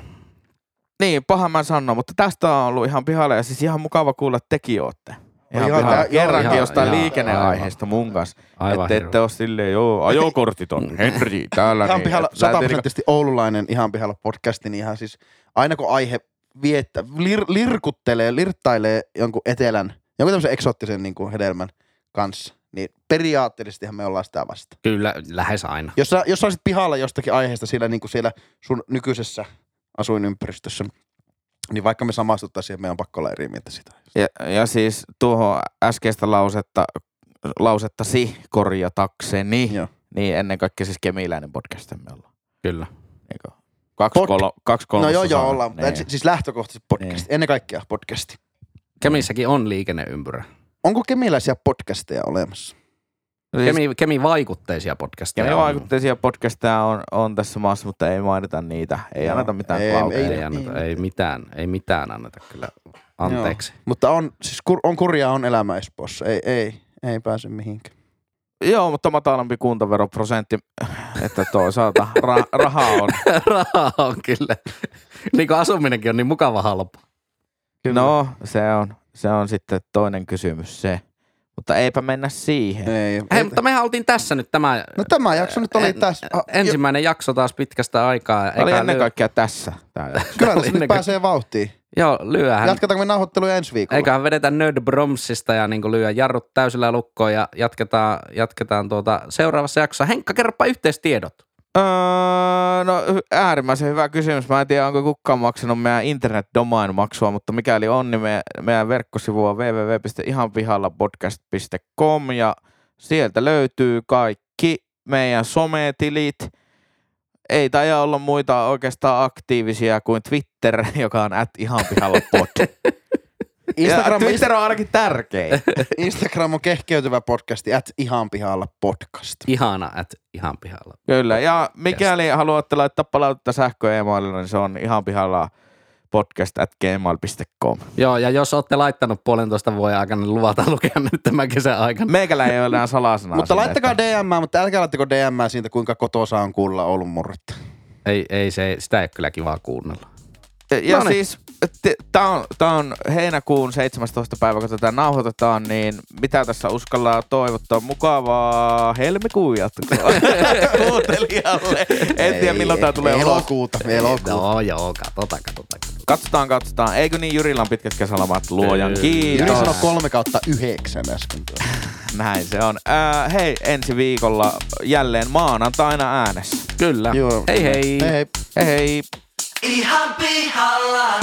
Speaker 4: Niin, paha mä sanon, mutta tästä on ollut ihan pihalla ja siis ihan mukava kuulla, että tekin ootte. Ihan,
Speaker 1: Ihan
Speaker 4: ihan pihalla.
Speaker 1: tää- joo,
Speaker 4: Kerrankin
Speaker 2: ihan-
Speaker 4: jostain
Speaker 2: ihan-
Speaker 4: liikenneaiheesta mun kanssa.
Speaker 2: Aivan
Speaker 4: Että ette
Speaker 2: hirveä.
Speaker 4: ole silleen, joo, ajokortit on, Henri, täällä.
Speaker 1: Mm. Ihan
Speaker 4: niin,
Speaker 1: pihalla,
Speaker 4: että lähtee niinku-
Speaker 1: sataprosenttisesti oululainen ihan pihalla podcasti, niin ihan siis aina kun aihe viettä, lir, lirkuttelee, lirttailee jonkun etelän, jonkun tämmöisen eksoottisen niin kuin hedelmän kanssa, niin periaatteellisestihan me ollaan sitä vasta.
Speaker 2: Kyllä, lähes aina.
Speaker 1: Jos sä, jos sä olisit pihalla jostakin aiheesta siellä, niin kuin siellä sun nykyisessä asuinympäristössä, niin vaikka me samastuttaisiin, siihen, meidän on pakko olla eri mieltä sitä.
Speaker 4: Ja, ja siis tuohon äskeistä lausetta, lausettasi korjatakseni,
Speaker 1: Joo.
Speaker 4: niin ennen kaikkea siis kemiläinen podcast me ollaan.
Speaker 2: Kyllä.
Speaker 4: Eikö? Kaksi,
Speaker 1: Pod-
Speaker 4: kolo, kaksi
Speaker 1: No joo, joo,
Speaker 4: kolmasosaa.
Speaker 1: ollaan. Niin.
Speaker 4: Niin.
Speaker 1: Siis lähtökohtaisesti podcast, niin. ennen kaikkea podcasti.
Speaker 2: Kemissäkin on liikenneympyrä.
Speaker 1: Onko kemiläisiä podcasteja olemassa?
Speaker 4: Siis
Speaker 2: Kemi, kemi vaikutteisia podcasteja.
Speaker 4: Kemi
Speaker 2: on.
Speaker 4: vaikutteisia podcasteja on, on tässä maassa, mutta ei mainita niitä. Ei
Speaker 1: Joo,
Speaker 4: anneta mitään
Speaker 1: ei-
Speaker 4: ei,
Speaker 2: Ei, anneta, ei, mitään, ei mitään anneta kyllä anteeksi. *laughs*
Speaker 1: Mutta on, siis kur, on kurjaa on elämä Espoossa. Ei, ei, ei pääse mihinkään.
Speaker 4: Joo, mutta matalampi kuntaveroprosentti, *laughs* että toisaalta ra- rahaa on.
Speaker 2: Rahaa on kyllä. Niin kuin asuminenkin on niin mukava halpa.
Speaker 4: No, se on, se on sitten toinen kysymys se. Mutta eipä mennä siihen.
Speaker 1: Ei,
Speaker 2: Hei, mutta mehän oltiin tässä nyt tämä
Speaker 1: No tämä jakso nyt oli tässä. Ah,
Speaker 2: ensimmäinen jakso taas pitkästä aikaa.
Speaker 4: Tämä oli
Speaker 2: Eikä
Speaker 4: ennen
Speaker 2: lyö-
Speaker 4: kaikkea tässä. Tää jakso.
Speaker 1: jo- Kyllä tässä
Speaker 2: Ennen
Speaker 1: nyt pääsee vauhtiin.
Speaker 2: Joo, lyöhän.
Speaker 1: Jatketaanko me nauhoittelua ensi viikolla?
Speaker 2: Eiköhän vedetä Nerd Bromsista ja niin lyö jarrut täysillä lukkoon ja jatketaan, jatketaan tuota seuraavassa jaksossa. Henkka, kerropa yhteistiedot.
Speaker 4: Öö, no hy- äärimmäisen hyvä kysymys. Mä en tiedä, onko kukaan maksanut meidän internet domain maksua, mutta mikäli on, niin me, meidän verkkosivu on www.ihanpihallapodcast.com ja sieltä löytyy kaikki meidän sometilit. Ei taida olla muita oikeastaan aktiivisia kuin Twitter, *laughs* joka on at ihan pihalla pod. ja
Speaker 1: Instagram,
Speaker 4: Twitter on ainakin tärkein.
Speaker 1: Instagram on kehkeytyvä podcasti, at ihan pihalla podcast.
Speaker 2: Ihana, että ihan pihalla.
Speaker 4: Kyllä, ja mikäli haluatte laittaa palautetta sähköemaililla, niin se on ihan pihalla podcast at gmail.com.
Speaker 2: Joo, ja jos olette laittanut puolentoista vuoden aikana, niin luvataan lukea nyt tämän kesän aikana.
Speaker 4: Meikällä ei ole enää salasanaa.
Speaker 1: Mutta
Speaker 4: sinne,
Speaker 1: laittakaa
Speaker 4: että-
Speaker 1: DM, mutta älkää laittako DM siitä, kuinka kotosa on kuulla Oulun murretta.
Speaker 2: Ei, ei se, sitä ei ole kyllä kivaa kuunnella.
Speaker 4: Ja
Speaker 2: Noniin.
Speaker 4: siis, tämä on, tää on heinäkuun 17. päivä, kun tätä nauhoitetaan, niin mitä tässä uskallaan toivottaa? Mukavaa helmikuun
Speaker 1: *laughs*
Speaker 4: jatkoa kuuntelijalle. En tiedä, milloin tämä tulee ulos.
Speaker 1: Elokuuta, elokuuta.
Speaker 2: Joo, joo, katsotaan, katsotaan. katsotaan.
Speaker 4: Katsotaan, katsotaan. Eikö niin Jyrillä on pitkät kesälomat? Luojan
Speaker 2: Kyllä.
Speaker 1: Jyri
Speaker 4: kiitos.
Speaker 1: sanoi kolme kautta yhdeksän äsken. tuolla.
Speaker 4: Näin se on. Ää, hei, ensi viikolla jälleen maanantaina äänessä.
Speaker 2: Kyllä.
Speaker 1: Joo.
Speaker 2: Hei hei.
Speaker 1: Hei.
Speaker 4: Hei hei.
Speaker 3: ihan pihalla.